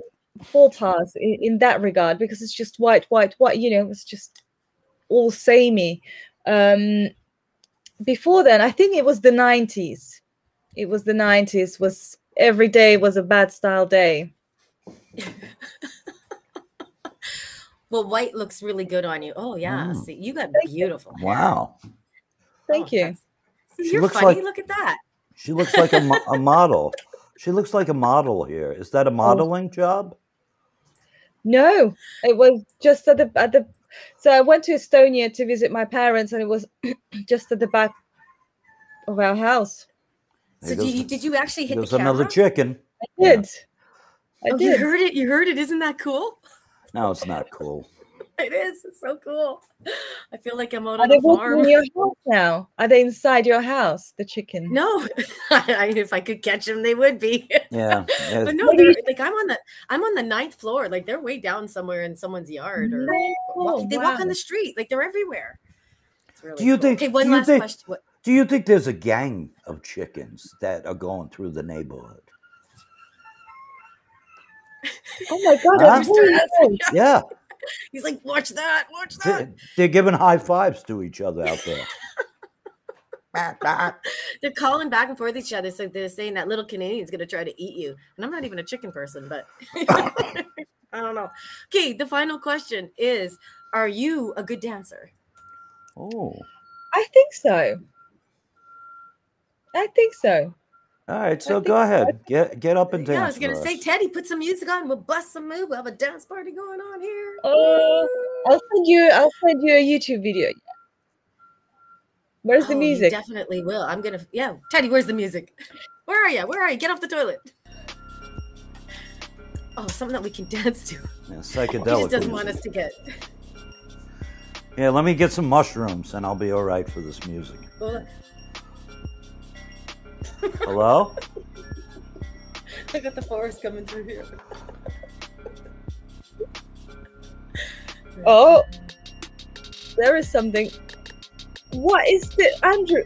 S3: forepaths in, in that regard because it's just white, white, white. You know, it's just all samey. Um, before then, I think it was the 90s. It was the 90s. Was every day was a bad style day.
S1: Well, white looks really good on you. Oh yeah,
S2: Mm.
S1: see, you got
S3: Thank you.
S1: beautiful. hair.
S2: Wow,
S3: Thank
S1: Oh,
S3: you.
S1: that's- See,
S2: She
S1: you're
S2: looks
S1: funny.
S2: like-
S1: Look at that.
S2: she looks like a, mo- a model. She looks like a model here. Is
S1: Oh.
S2: that a modeling job?
S3: No, it was just at the at the. So I went to Estonia to visit my parents, and it was just at the back of our house.
S1: So
S2: There
S1: do
S2: goes
S1: you,
S2: the-
S1: did you actually hit the
S2: There's
S1: camera?
S2: another chicken.
S3: I
S2: Yeah.
S3: did. I
S1: Oh, you
S3: did.
S1: heard it. You heard it. Isn't that cool?
S2: No, it's not cool.
S1: It is. It's so cool. I feel like I'm out
S3: Are
S1: on a
S3: they walking
S1: farm.
S3: in your house now? Are they inside your house? The chicken.
S1: No, I, I, if I could catch them, they would be.
S2: Yeah, yeah.
S1: But no,
S3: Maybe
S1: they're
S3: you
S1: like I'm on the I'm on the ninth floor. Like they're way down somewhere in someone's yard, or
S3: No,
S1: walk, they walk on
S3: wow.
S1: the street. Like they're everywhere. It's Oh, really
S2: you
S1: cool.
S2: think-
S1: Okay,
S2: do
S1: one
S2: you
S1: last
S2: think-
S1: question. What,
S2: Do you think there's a gang of chickens that are going through the neighborhood?
S3: Oh my god!
S2: Huh?
S3: I really know.
S2: Yeah,
S1: he's like, watch that, watch that.
S2: they- they're giving high fives to each other out there.
S1: They're calling back and forth each other. So they're saying that little Canadian's gonna try to eat you. And I'm not even a chicken person, but I don't know. Okay, the final question is: Are you a good dancer?
S2: Oh,
S3: I think so. I think so.
S2: all right. So
S3: think-
S2: go ahead, get get up and dance.
S1: yeah, I was gonna
S2: for
S1: say,
S2: us.
S1: Teddy, put some music on. We'll bust some move. We'll have a dance party going on here.
S3: Oh,
S1: Woo!
S3: I'll send you. I'll send you a YouTube video. Where's the
S1: Oh, you
S3: music?
S1: definitely will. I'm gonna. Yeah, Teddy, where's the music? Where are you? Where are you? Get off the toilet. Oh, something that we can dance to.
S2: Yeah,
S1: He
S2: psychedelic.
S1: just doesn't want
S2: music.
S1: us to get.
S2: Yeah, let me get some mushrooms, and I'll be all right for this music.
S1: Well,
S2: Hello?
S1: look at the forest coming through here.
S3: Oh, there is something. What is the Andrew?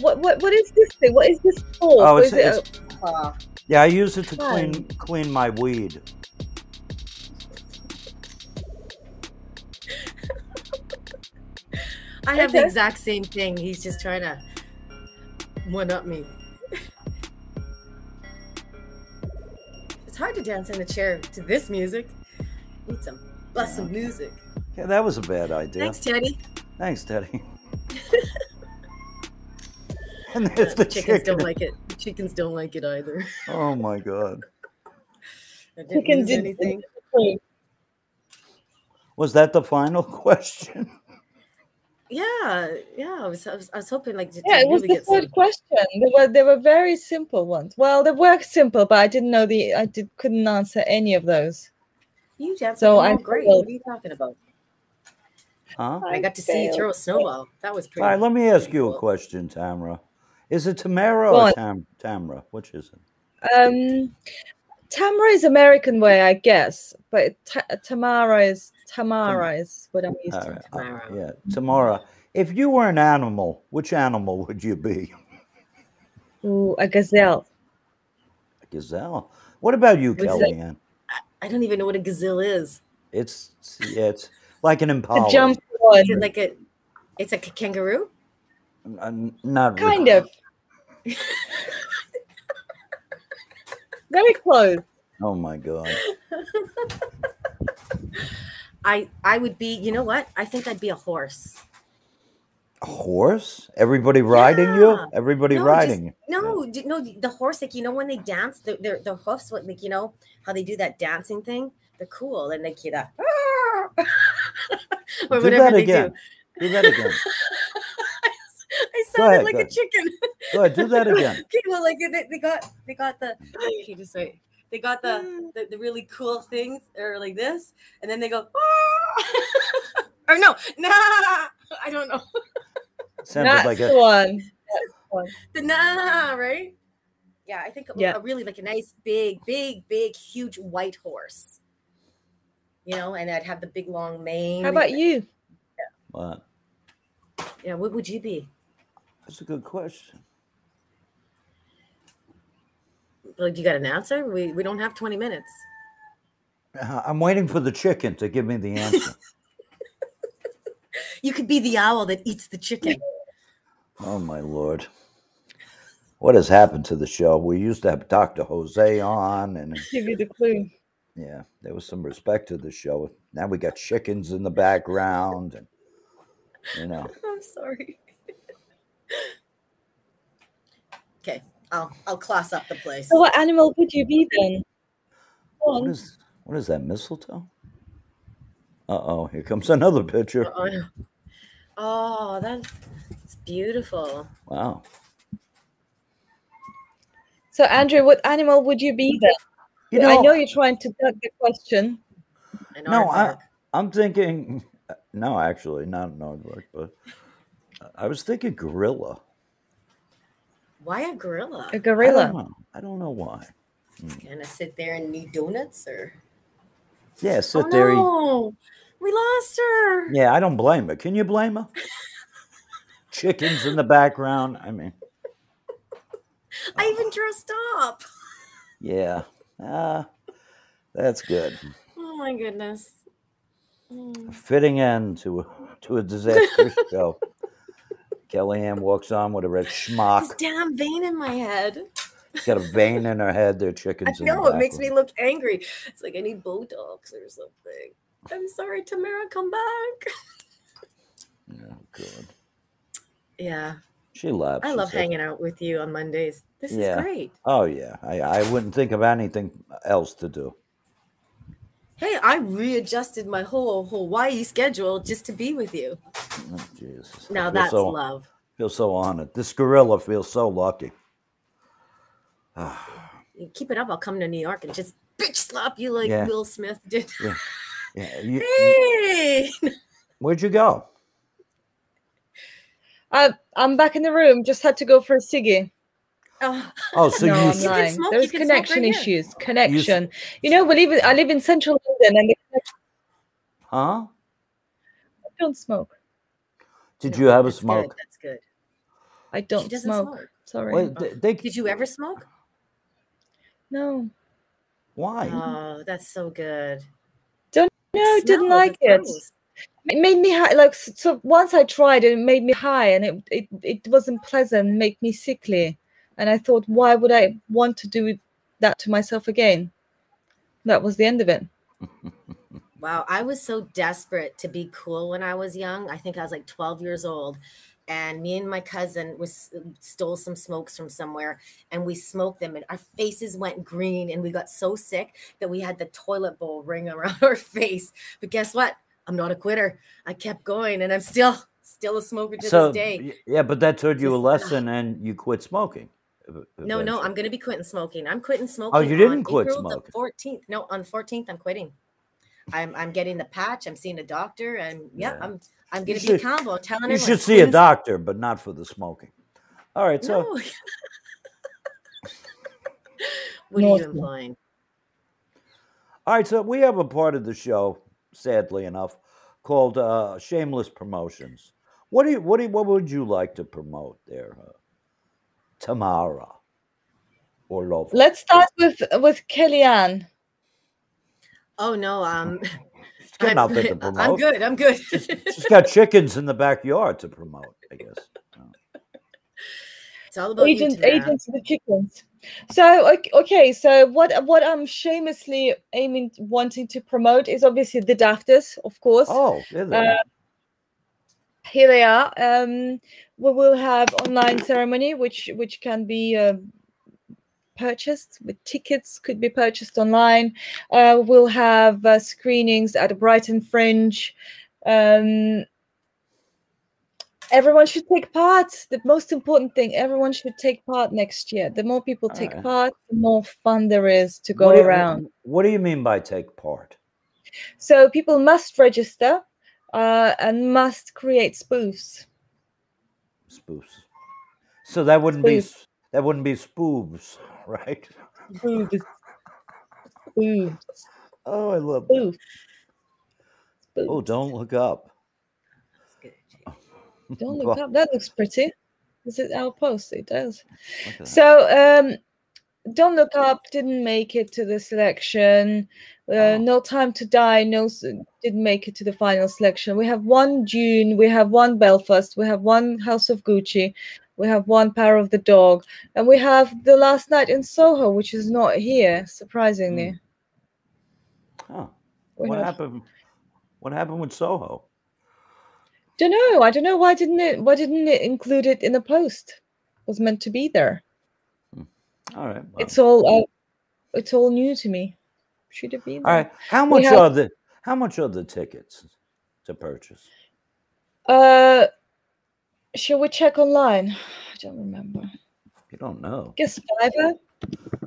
S3: What what what is this thing? What is this for?
S2: Oh,
S3: What
S2: it's-
S3: is it?
S2: it's-
S1: Ah,
S2: Yeah, I use it to clean
S3: Fine.
S2: clean my weed.
S1: I have the
S3: Okay.
S1: exact same thing. He's just trying to one up me. It's hard to dance in a chair to this music. Need some blessed music.
S2: Yeah, that was a bad idea.
S1: Thanks, Teddy.
S2: Thanks, Teddy. and there's the
S1: Chickens
S2: chicken.
S1: don't like it. Chickens don't like it either.
S2: oh my god.
S1: I didn't
S3: Chicken
S1: lose
S3: did-
S1: anything.
S2: Was that the final question?
S1: Yeah, yeah. I was, I was, I was hoping like to, to
S3: Yeah, it was
S1: really
S3: the
S1: get
S3: third
S1: some.
S3: question. They were they were very simple ones. Well, they were simple, but I didn't know the I did couldn't answer any of those.
S1: You danced
S3: So
S1: so
S3: I
S1: great.
S3: failed.
S1: What are you talking about?
S2: Huh?
S1: I got to see you throw a snowball. That was
S2: All
S1: pretty.
S2: right, let me ask
S1: pretty
S2: you a
S1: cool.
S2: question, Tamra. Is it Tamara
S3: Go
S2: or
S3: on.
S2: Tam- Tamra? Which is it?
S3: Um, Tamara is American way, I guess, but ta- Tamara is Tamara is what I'm used
S2: All
S3: to.
S2: right, all right,
S1: Tamara.
S2: yeah, Tamara. If you were an animal, which animal would you be?
S3: Ooh, a gazelle.
S2: A gazelle. What about you,
S1: Would you-
S2: Kellyanne?
S1: I don't even know what a gazelle is.
S2: It's yeah, it's like an
S3: A
S2: impala.
S3: jump one,
S1: Is it like a? It's like a kangaroo.
S2: N- not really.
S3: kind of. Very close.
S2: Oh my god.
S1: I I would be. You know what? I think I'd be a horse.
S2: A horse? Everybody riding you?
S1: Yeah.
S2: Everybody
S1: No,
S2: riding you?
S1: No, d no. The horse, like you know, when they dance, the their the hoofs, like like, you know how they do that dancing thing. They're cool, and they get that. or
S2: Do
S1: whatever
S2: that
S1: they
S2: again.
S1: do.
S2: Do that again.
S1: I
S2: Go
S1: sounded
S2: ahead,
S1: like
S2: go
S1: a
S2: ahead.
S1: chicken.
S2: Go ahead, do that again.
S1: Okay, well, like they, they got they got the okay, just wait. They got the, the the really cool things or like this, and then they go "Ah!" or no, nah. I don't know
S2: Sounded
S3: That's
S2: like uh,
S3: the
S2: a
S3: one.
S1: the nah, right? Yeah, I think a-
S3: Yeah.
S1: a really like a nice big, big, big, huge white horse. You know, and I'd have the big long mane.
S3: How about you?
S2: what?
S1: Yeah, what would you be?
S2: That's a good question.
S1: Like, you got an answer? We we don't have twenty minutes.
S2: Uh, I'm waiting for the chicken to give me the answer.
S1: You could be the owl that eats the chicken.
S2: oh my lord. What has happened to the show? We used to have Dr. Jose on and
S3: Give you the clue.
S2: yeah, there was some respect to the show. Now we got chickens in the background and you know.
S1: I'm sorry. okay, I'll I'll class up the place.
S3: So, what animal would you be then? Go
S2: What
S3: on.
S2: is what is that mistletoe? Uh oh, here comes another picture.
S1: Oh, no. Oh, that's beautiful.
S2: Wow.
S3: So, Andrew, what animal would you be then?
S2: You
S3: I
S2: know,
S3: know you're trying to duck the question.
S1: An
S2: No, I-
S1: aardvark.
S2: I'm thinking no, actually, not an aardvark, but I was thinking gorilla.
S1: Why a gorilla?
S3: A
S2: I don't
S3: gorilla.
S2: know. I don't know why.
S1: Gonna sit there and eat donuts or?
S2: Yeah, sit
S1: oh
S2: there. eat-
S1: no, we lost her.
S2: Yeah, I don't blame her. Can you blame her? Chickens in the background. I mean,
S1: I even dressed up.
S2: yeah. Uh, that's good.
S1: Oh my goodness. Mm.
S2: Fitting end to a, to a disastrous show. Kellyanne walks on with a red schmuck.
S1: This damn vein in my head.
S2: She's got a vein in her head. There are
S1: I
S2: chickens in the
S1: know it makes me
S2: background.
S1: look angry. It's like I need Botox or something. I'm sorry, Tamara, come back.
S2: Oh, God.
S1: Yeah,
S2: She laughs.
S1: I
S2: She
S1: love
S2: says,
S1: hanging out with you on Mondays. This
S2: Yeah.
S1: is great.
S2: Oh, yeah. I, I wouldn't think of anything else to do.
S1: Hey, I readjusted my whole Hawaii schedule just to be with you.
S2: Oh, Jesus. I
S1: Now
S2: feel
S1: that's
S2: so-
S1: love.
S2: feel so honored. This gorilla feels so lucky. Ah.
S1: You keep it up, I'll come to New York and just bitch slap you like
S2: Yeah.
S1: Will Smith did.
S2: Yeah, you- you-
S1: Hey,
S2: where'd you go?
S3: I, Uh, I'm back in the room. Just had to go for a ciggy.
S1: oh,
S2: Oh, so
S3: no,
S2: you
S3: I'm
S2: s-
S1: You can
S3: lying.
S1: smoke,
S3: There's
S1: you can smoke right
S3: connection
S1: here.
S3: issues. Connection. You, know, we live. in- I live in central London, and I
S2: huh?
S3: don't smoke.
S2: Did
S1: No,
S2: you have a
S1: that's good,
S2: smoke?
S1: That's good.
S3: I
S1: she
S3: don't
S1: doesn't
S3: smoke.
S1: smoke.
S3: Sorry.
S2: Wait, they, they-
S1: Did you ever smoke?
S3: No.
S2: why?
S1: Oh, that's so good.
S3: No, didn't like it. It made me high. Like s- so, once I tried, it it made me high, and it it, it wasn't pleasant. Made me sickly, and I thought, why would I want to do that to myself again? that was the end of it.
S1: Wow, I was so desperate to be cool when I was young. I think I was like 12 years old. And me and my cousin was uh, stole some smokes from somewhere and we smoked them and our faces went green and we got so sick that we had the toilet bowl ring around our face. But guess what? I'm not a quitter. I kept going and I'm still still a smoker to
S2: so
S1: this day.
S2: yeah, but that taught you a
S1: Just-
S2: lesson, and you quit smoking. e, ev-
S1: No, no,
S2: eventually.
S1: I'm gonna be quitting smoking. I'm quitting smoking.
S2: Oh, you didn't
S1: on
S2: quit
S1: April the
S2: smoking.
S1: 14th. No, on 14th, I'm quitting. I'm I'm getting the patch. I'm seeing a doctor, and yeah,
S2: Yeah.
S1: I'm I'm
S2: You
S1: gonna
S2: should-
S1: be combo. Telling
S2: You
S1: everyone,
S2: should see a
S1: quitting-
S2: doctor, but not for the smoking. All right, so
S1: No. what
S3: No,
S1: are
S3: it's
S1: you
S3: not.
S1: implying?
S2: all right, so we have a part of the show, sadly enough, called uh, shameless promotions. What do you, what do you, what would you like to promote there, uh, Tamara or Lova?
S3: Let's start with with Kellyanne.
S1: Oh no, um,
S2: She's got
S1: I'm-
S2: nothing to
S1: I'm,
S2: promote.
S1: good. I'm good.
S2: She's got chickens in the backyard to promote, I guess.
S3: Uh,
S1: it's all about you,
S3: Agent,
S1: Tamara.
S3: agents of the chickens. So ok- okay, so what what I'm shamelessly aiming wanting to promote is obviously the Dafters, of course.
S2: Oh, there they are.
S3: Here they are. Um, we will have online ceremony, which which can be uh, purchased with tickets, could be purchased online. Uh, we'll have uh, screenings at the Brighton Fringe. Um, everyone should take part. The most important thing, everyone should take part next year. The more people take
S2: Alright.
S3: part, the more fun there is to go
S2: What do you-
S3: around.
S2: What do you mean by take part?
S3: So people must register uh, and must create spoofs.
S2: spoofs. So that wouldn't be s- that wouldn't be spoofs, right?
S3: Spoofs. Spoofs.
S2: Oh, I love. That.
S3: Spoofs.
S2: Oh,
S3: Spoofs.
S2: don't look up.
S1: That's good.
S2: Oh.
S3: Don't
S2: Well,
S3: look up. That looks pretty. Is it our post? It does.
S2: look at that.
S3: So um Don't Look Up didn't make it to the selection. Uh,
S2: Oh.
S3: No Time to Die no s- didn't make it to the final selection. We have one June, we have one Belfast, we have one House of Gucci, we have one Power of the Dog, and we have The Last Night in Soho, which is not here, surprisingly.
S2: Huh.
S3: We
S2: Hmm. What
S3: have-
S2: happened? What happened with Soho?
S3: Don't know. I don't know why didn't it why didn't it include it in the post? It was meant to be there.
S2: All right. well,
S3: it's all uh, it's all new to me should it be
S2: all right. How much
S3: have-
S2: are the how much are the tickets to purchase?
S3: uh shall we check online i don't remember I
S2: You don't know
S3: guess fiverr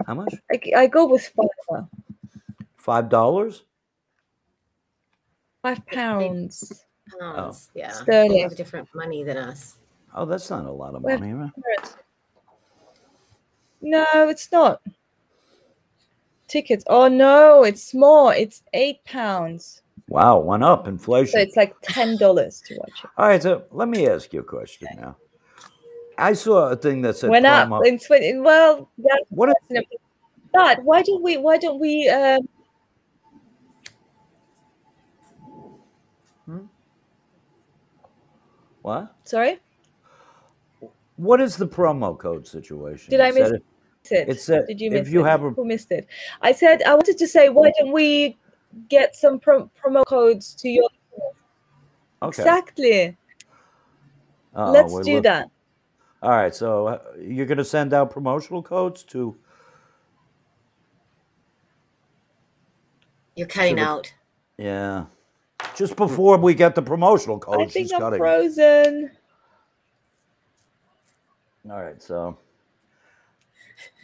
S2: how much?
S3: i, g- I go with fiverr
S2: Five dollars.
S3: five pounds
S1: Pounds, yeah. They
S3: Sterling.
S1: have different money than us.
S2: Oh, that's not a lot of
S3: Well-
S2: money. Right?
S3: no it's not tickets oh no it's more it's eight pounds
S2: Wow, went up
S3: so
S2: inflation.
S3: it's like ten dollars to watch it
S2: All right, so let me ask you a question now. I saw a thing that said
S3: went up
S2: promo-
S3: in 20 well that
S2: What is
S3: But why don't we? Why don't we? Um,
S2: what?
S3: sorry,
S2: What is the promo code situation?
S3: Did I
S2: It said
S3: miss-
S2: it-
S3: That's it.
S2: It said-
S3: Did you
S2: uh, if
S3: miss
S2: you
S3: it?
S2: have a-
S3: Who missed it? I said I wanted to say, why don't we get some pro- promo codes to your
S2: Okay.
S3: exactly?
S2: Uh-oh,
S3: Let's
S2: we
S3: do
S2: look-
S3: that.
S2: All right. So uh, you're going to send out promotional codes to
S1: You're cutting
S2: Should we-
S1: out.
S2: yeah. Just before we get the promotional codes,
S3: I think
S2: oh, she's
S3: I'm
S2: cutting.
S3: frozen.
S2: All right. So,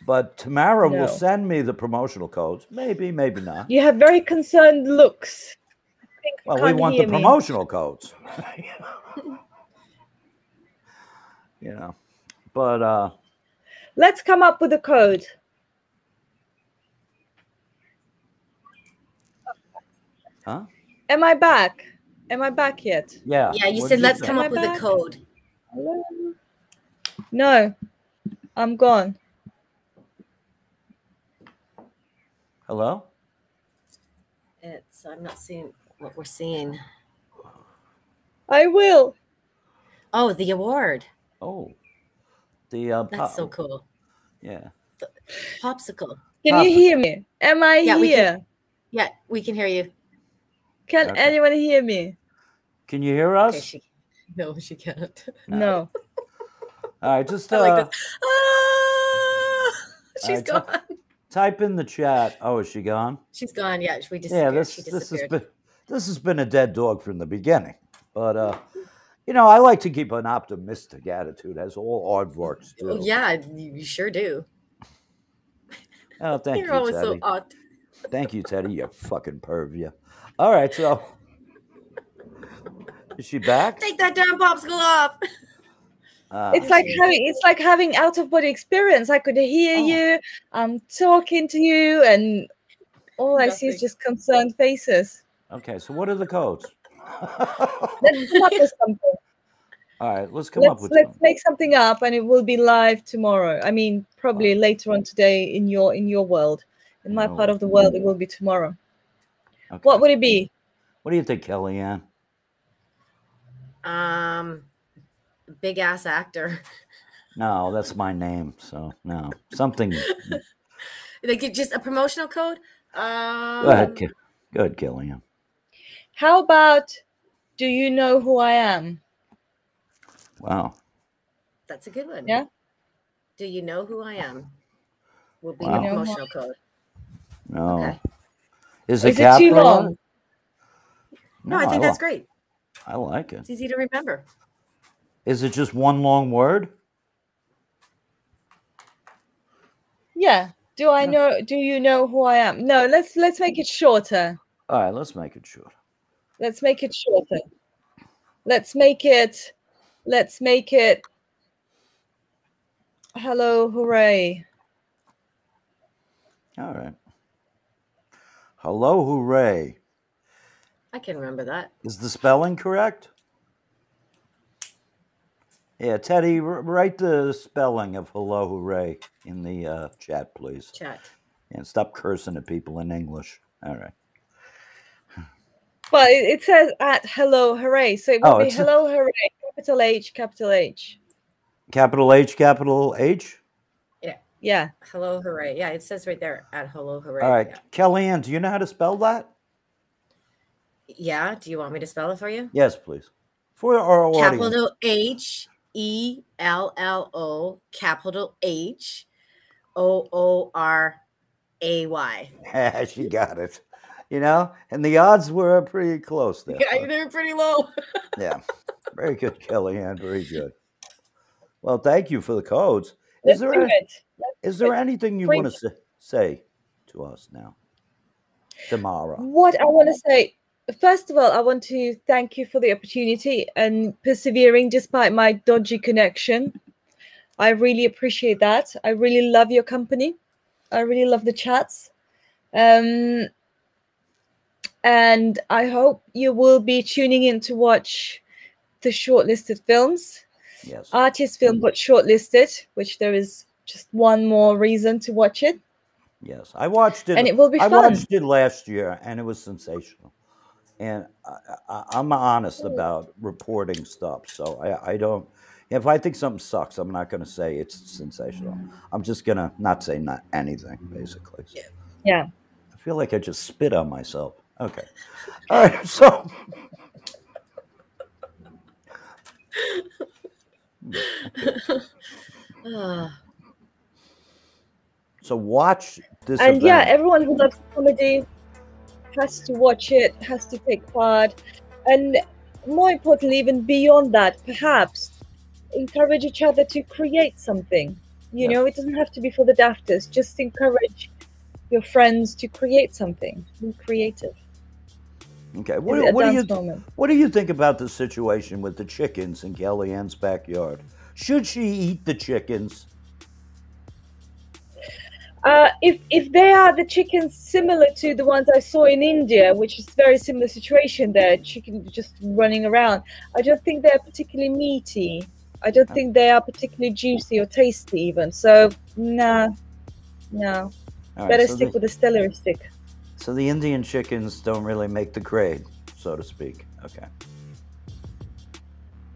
S2: but Tamara
S3: No.
S2: will send me the promotional codes. Maybe, maybe not.
S3: You have very concerned looks. I think you
S2: Well, we
S3: can't
S2: want the
S3: hear me.
S2: promotional codes. you know, but uh,
S3: Let's come up with a code.
S2: Huh?
S3: Am I back? Am I back yet?
S2: yeah.
S1: Yeah, you
S2: what
S1: said
S2: did
S1: let's
S2: say?
S1: come
S3: Am I
S1: up with a
S3: back?
S1: code.
S3: Hello? No, I'm gone.
S2: Hello.
S1: It, so I'm not seeing what we're seeing.
S3: I will.
S1: Oh, the award.
S2: Oh, the uh,
S1: That's so
S2: pop-
S1: cool.
S2: Yeah.
S1: Popsicle.
S3: Can
S2: Ah.
S3: you hear me? Am I
S1: Yeah, we
S3: here?
S1: can- Yeah, we can hear you.
S3: Can
S2: Okay.
S3: anyone hear me?
S2: Can you hear
S1: Okay,
S2: us?
S1: she, no, she can't.
S2: No.
S3: No.
S2: All right, just
S1: I
S2: uh,
S1: like this. Ah, she's
S2: I don't-
S1: gone.
S2: type in the chat. Oh, is she gone?
S1: She's gone. Yeah, we disappeared.
S2: yeah, this
S1: she
S2: this has
S1: disappeared.
S2: been this has been a dead dog from the beginning. But uh, you know, I like to keep an optimistic attitude, as all aardvarks do.
S1: Oh, yeah, you you sure do.
S2: Oh, thank
S1: You're
S2: you,
S1: always
S2: Teddy.
S1: so odd.
S2: Thank you, Teddy. You fucking perv. You. All right, so is she back?
S1: Take that damn popsicle off.
S2: Uh,
S3: It's like
S1: Jesus.
S3: having it's like having out of body experience. I could hear
S2: Oh.
S3: you. I'm talking to you, and all I see
S1: Nothing.
S3: is just concerned faces.
S2: okay. So what are the codes? all
S3: Let's come up with something.
S2: right, let's come up
S3: Let's
S2: with
S3: let's
S2: some.
S3: make something up, and it will be live tomorrow. I mean, probably later on today in your in your world. In my
S2: Ah. No.
S3: part of the world, it will be tomorrow.
S2: Okay.
S3: What would it be?
S2: What do you think, Kellyanne?
S1: Um, big ass actor.
S2: No, that's my name. So no, something.
S1: They could just a promotional code. Um,
S2: Go ahead, Ke- go ahead, Kellyanne.
S3: How about do you know who I am?
S2: Wow.
S1: That's a good one.
S3: Yeah.
S1: Do you know who I am? Will be the
S2: Wow. You
S3: know who I
S1: promotional code.
S2: No.
S1: Okay.
S2: Is,
S3: Is
S2: it,
S3: it too
S2: capital?
S3: long?
S1: No, I think
S2: li-
S1: that's great.
S2: I like it.
S1: It's easy to remember.
S2: Is it just one long word?
S3: Yeah. Do I
S2: Yeah.
S3: know do you know who I am? No, let's let's make it shorter.
S2: All right, let's make it short.
S3: Let's make it shorter. Let's make it let's make it Hello, hooray.
S2: All right. Hello, hooray.
S1: I can remember that.
S2: Is the spelling correct? Yeah, Teddy, wr- write the spelling of hello, hooray in the uh, chat, please.
S1: Chat.
S2: And stop cursing at people in English. All right.
S3: Well, it, it says at hello, hooray. So it would
S2: Oh,
S3: be
S2: it's-
S3: hello, hooray, capital H, capital H.
S2: Capital H, capital H.
S3: Yeah.
S1: Hello, hooray. Yeah, it says right there at hello, hooray.
S2: All right.
S1: Yeah.
S2: Kellyanne, do you know how to spell that?
S1: Yeah, Do you want me to spell it for you?
S2: Yes, please. For our audience.
S1: Capital H E L L O, capital H O O R A Y.
S2: she got it. You know, and the odds were pretty close there.
S1: Yeah,
S2: but-
S1: they're pretty low.
S2: yeah. Very good, Kellyanne. Very good. Well, thank you for the codes.
S3: Let's
S2: Is there
S3: do
S2: a-
S3: it.
S2: Is there anything you want to
S3: Great.
S2: say, say to us now? Tomorrow.
S3: What I want to say, first of all, I want to thank you for the opportunity and persevering despite my dodgy connection. I really appreciate that. I really love your company. I really love the chats. Um, and I hope you will be tuning in to watch the shortlisted films.
S2: Yes.
S3: Artist film got shortlisted, which there is just one more reason to watch it.
S2: yes. I watched it.
S3: And it will be
S2: I
S3: fun.
S2: watched it last year, and it was sensational. And I, I, I'm honest about reporting stuff, so I, I don't. If I think something sucks, I'm not going to say it's sensational. I'm just going to not say not anything, basically.
S1: Yeah.
S3: Yeah.
S2: I feel like I just spit on myself. Okay. All right. So.
S1: Ah,
S2: So watch this.
S3: and
S2: event.
S3: yeah everyone who loves comedy has to watch it has to take part and more importantly even beyond that perhaps encourage each other to create something you
S2: Yeah.
S3: know it doesn't have to be for the dafters just encourage your friends to create something be creative
S2: Okay.
S3: Is it
S2: What,
S3: a
S2: what do you
S3: dance moment.
S2: What do you think about the situation with the chickens in Kellyanne's backyard? Should she eat the chickens?
S3: Uh, if if they are the chickens similar to the ones I saw in India, which is very similar situation there, chicken just running around. I don't think they're particularly meaty. I
S2: Uh.
S3: don't think they are particularly juicy or tasty even. So nah, no.
S2: All right,
S3: Better
S2: so,
S3: stick
S2: the,
S3: with the stellar stick.
S2: so the Indian chickens don't really make the grade, so to speak. Okay.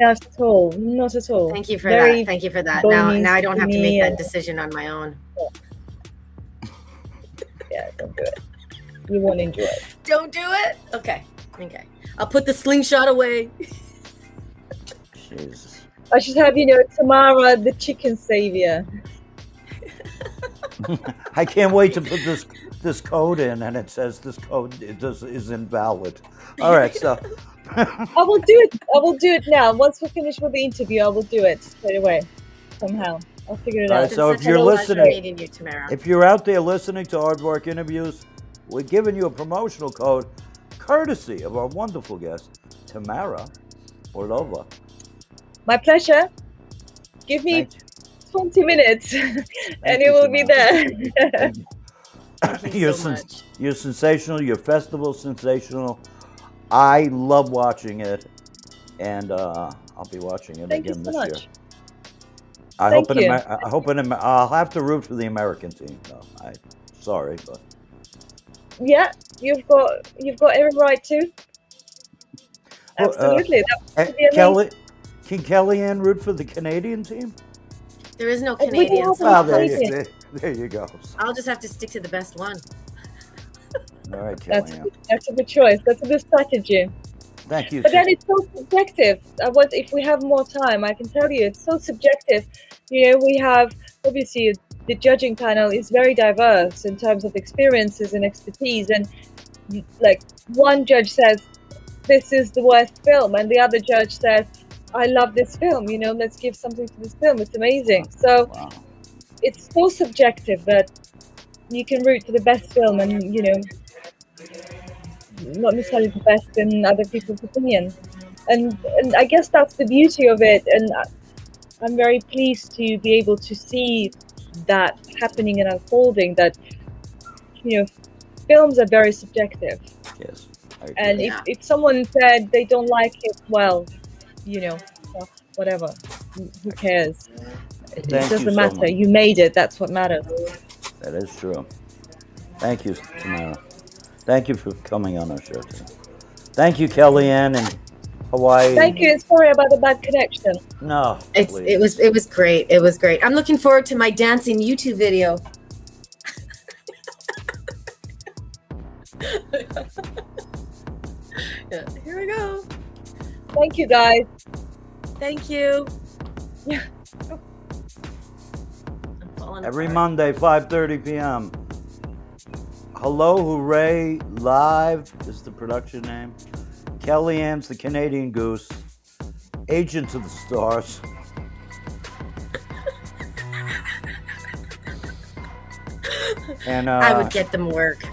S3: Not at all. Not at all.
S1: thank you for
S3: Very
S1: that. Thank you for that. Now,
S3: bony,
S1: now I don't have to make
S3: skinny,
S1: that
S3: and-
S1: decision on my own.
S3: Yeah, don't do it. you won't enjoy it.
S1: Don't do it. Okay. Okay. I'll put the slingshot away.
S2: Jesus.
S3: I should have you know Tamara, the chicken savior.
S2: I can't wait to put this this code in, and it says this code it does, is invalid. All right, so
S3: I will do it. I will do it now. Once we finish with the interview, I will do it straight away. Somehow, I'll figure it
S2: All
S3: out.
S2: right, so
S1: It's
S2: if
S1: such
S2: you're
S1: a pleasure
S2: listening-
S1: meeting you, Tamara.
S2: if you're out there listening to Hard Work Interviews, we're giving you a promotional code courtesy of our wonderful guest Tamara Orlova.
S3: My pleasure. Give me
S2: Thank-
S3: 20 minutes, and
S2: you
S3: it will
S2: so
S3: be
S2: much.
S3: there.
S1: Thank you
S2: you're,
S1: so
S2: sen-
S1: much.
S2: you're sensational. Your festival sensational. I love watching it, and uh, I'll be watching it
S3: Thank you
S2: again
S3: so
S2: this
S3: much.
S2: year. I
S3: Thank
S2: hope an
S3: you.
S2: Amer- I hope an Amer- I'll have to root for the American team though. I sorry, but
S3: Yeah, you've got you've got every right to.
S2: Well, uh,
S3: Absolutely. That
S2: Eh,
S3: be amazing.
S2: Kelly can Kellyanne root for the Canadian team?
S1: There is no
S3: we can
S1: Canadian.
S3: have
S1: so
S3: a-
S2: Well,
S1: I'll
S2: there you,
S1: just-
S2: there, there you go.
S1: I'll just have to stick to the best one.
S2: All right,
S3: That's,
S2: Kellyanne.
S3: that's a good choice. That's a good strategy.
S2: Thank you.
S3: But then
S2: too.
S3: it's so subjective. I want if we have more time, I can tell you it's so subjective. You know, we have obviously the judging panel is very diverse in terms of experiences and expertise, and like one judge says this is the worst film, and the other judge says I love this film. You know, let's give something to this film. It's amazing. So
S2: Wow.
S3: it's so subjective that you can root for the best film, and you know, not necessarily the best in other people's opinion. And, and I guess that's the beauty of it. And I- I'm very pleased to be able to see that happening and unfolding. That you know, films are very subjective.
S2: Yes. I agree.
S3: And
S1: Yeah.
S3: if, if someone said they don't like it, well, you know, well, whatever. Who cares?
S2: Thank
S3: it doesn't
S2: you so
S3: matter.
S2: much.
S3: you made it. That's what matters.
S2: That is true. Thank you, Tamara. Thank you for coming on our show today. Thank you, Kellyanne and Hawaii.
S3: Thank you. Sorry about the bad connection.
S2: No,
S1: It's,
S2: please.
S1: it was it was great. It was great. I'm looking forward to my dancing YouTube video. Yeah, Here we go.
S3: Thank you, guys.
S1: Thank you.
S3: Yeah.
S1: I'm falling
S2: every
S1: apart.
S2: Monday, 5:30 p.m. Hello, hooray! Live is the production name. Kellyanne's the Canadian Goose. Agents of the Stars. and uh,
S1: I would get them work.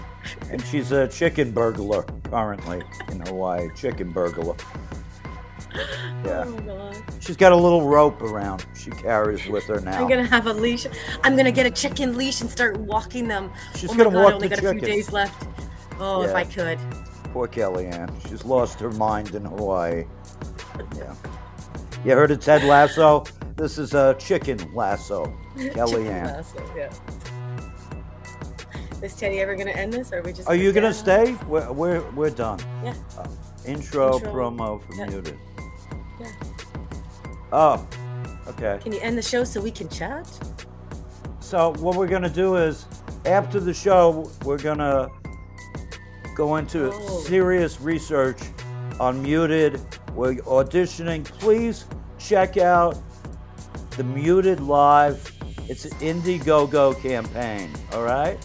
S2: and she's a chicken burglar currently in Hawaii. Chicken burglar. Yeah,
S1: Oh, God.
S2: she's got a little rope around she carries with her now.
S1: I'm gonna have a leash. I'm gonna get a chicken leash and start walking them.
S2: she's
S1: oh my
S2: gonna
S1: God, I
S2: walk
S1: only
S2: the
S1: got a
S2: chicken.
S1: few days left. Oh, if
S2: Yeah.
S1: I could.
S2: Poor Kellyanne. She's lost her mind in Hawaii. Yeah. You heard of Ted Lasso? This is a chicken lasso.
S1: Chicken
S2: Kellyanne.
S1: lasso, yeah. Is Teddy ever gonna end this, or are we just?
S2: Are you going
S1: Yeah.
S2: to stay? We're, we're, we're done.
S1: Yeah.
S2: Uh, intro,
S1: Intro.
S2: promo for
S1: Yeah.
S2: muted.
S1: Yeah.
S2: Oh, okay.
S1: Can you end the show so we can chat?
S2: So what we're gonna do is, after the show, we're gonna go into
S1: Oh.
S2: serious research on muted. We're auditioning. Please check out the Muted Live. It's an Indiegogo campaign. All right.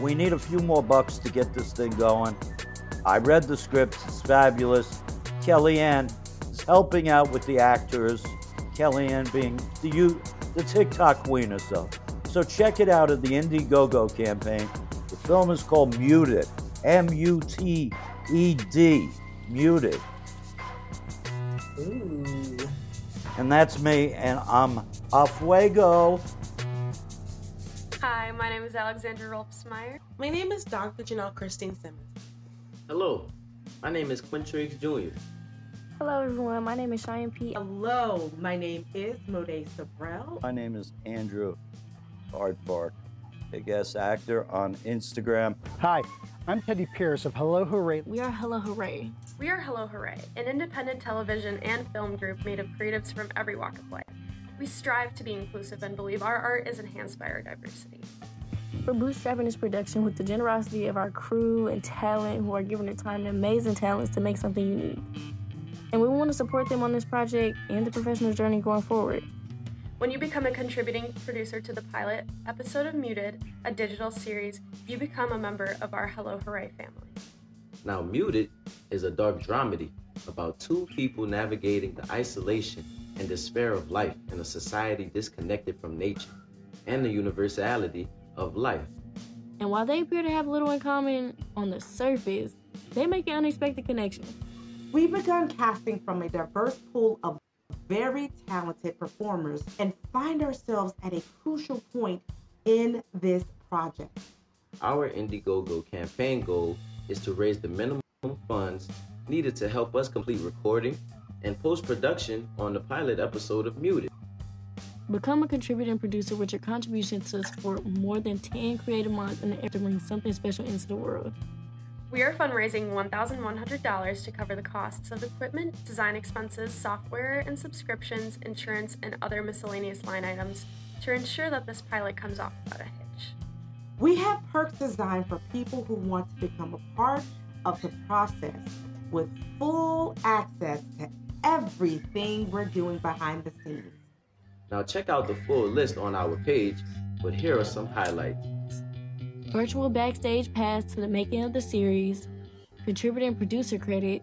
S2: We need a few more bucks to get this thing going. I read the script. It's fabulous. Kellyanne is helping out with the actors. Kellyanne being the you, the TikTok queen herself. So check it out at the Indiegogo campaign. The film is called Muted. M-U-T-E-D. E Muted.
S1: Ooh.
S2: And that's me, and I'm a fuego.
S4: Hi, my name is Alexandra Rolfsmeyer.
S5: My name is Dr. Janelle Christine Simmons.
S6: Hello, my name is Quintrix Jr.
S7: Hello, everyone. My name is Cheyenne P.
S5: Hello, my name is Moday Sabrell.
S2: My name is Andrew Aardvark, a guest actor on Instagram.
S8: Hi, I'm Teddy Pierce of Hello Hooray.
S7: We are Hello Hooray.
S4: We are Hello Hooray, an independent television and film group made of creatives from every walk of life. We strive to be inclusive and believe our art is enhanced by our diversity.
S7: We're bootstrapping this production with the generosity of our crew and talent who are giving their time and amazing talents to make something unique. And we want to support them on this project and the professional journey going forward.
S4: When you become a contributing producer to the pilot episode of Muted, a digital series, you become a member of our Hello Hooray family.
S6: Now, Muted is a dark dramedy about two people navigating the isolation and despair of life in a society disconnected from nature and the universality of life.
S7: And while they appear to have little in common on the surface, they make an unexpected connection.
S5: We've begun casting from a diverse pool of very talented performers and find ourselves at a crucial point in this project.
S6: Our Indiegogo campaign goal is to raise the minimum funds needed to help us complete recording and post production on the pilot episode of Muted.
S7: Become a contributing producer with your contribution to support more than 10 creative minds in the effort to bring something special into the world.
S4: We are fundraising $1,100 to cover the costs of equipment, design expenses, software and subscriptions, insurance, and other miscellaneous line items to ensure that this pilot comes off without a hitch.
S5: We have perks designed for people who want to become a part of the process with full access to everything we're doing behind the scenes.
S6: Now, check out the full list on our page, but here are some highlights.
S7: virtual backstage pass to the making of the series, contributing producer credit,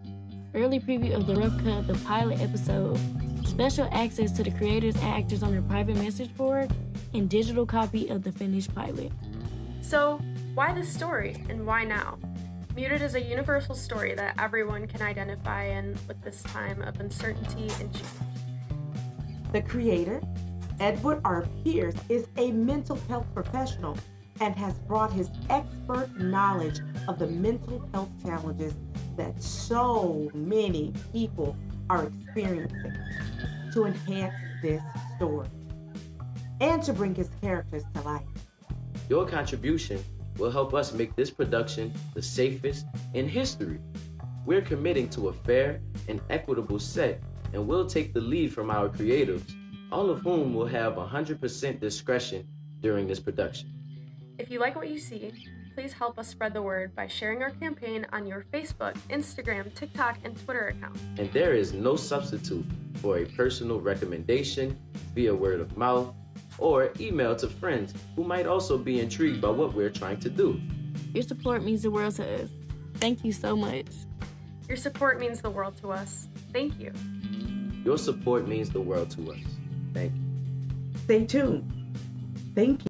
S7: early preview of the rough cut, the pilot episode, special access to the creators and actors on their private message board, and digital copy of the finished pilot.
S4: So, why this story and why now? Muted is a universal story that everyone can identify in with this time of uncertainty and change.
S5: The creator, Edward R. Pierce, is a mental health professional and has brought his expert knowledge of the mental health challenges that so many people are experiencing to enhance this story and to bring his characters to life.
S6: Your contribution will help us make this production the safest in history. We're committing to a fair and equitable set, and we'll take the lead from our creatives, all of whom will have 100% discretion during this production.
S4: If you like what you see, please help us spread the word by sharing our campaign on your Facebook, Instagram, TikTok, and Twitter accounts.
S6: And there is no substitute for a personal recommendation via word of mouth or email to friends who might also be intrigued by what we're trying to do.
S7: Your support means the world to us. Thank you so much.
S4: Your support means the world to us. Thank you.
S6: Your support means the world to us. Thank you.
S5: Stay tuned. Thank you.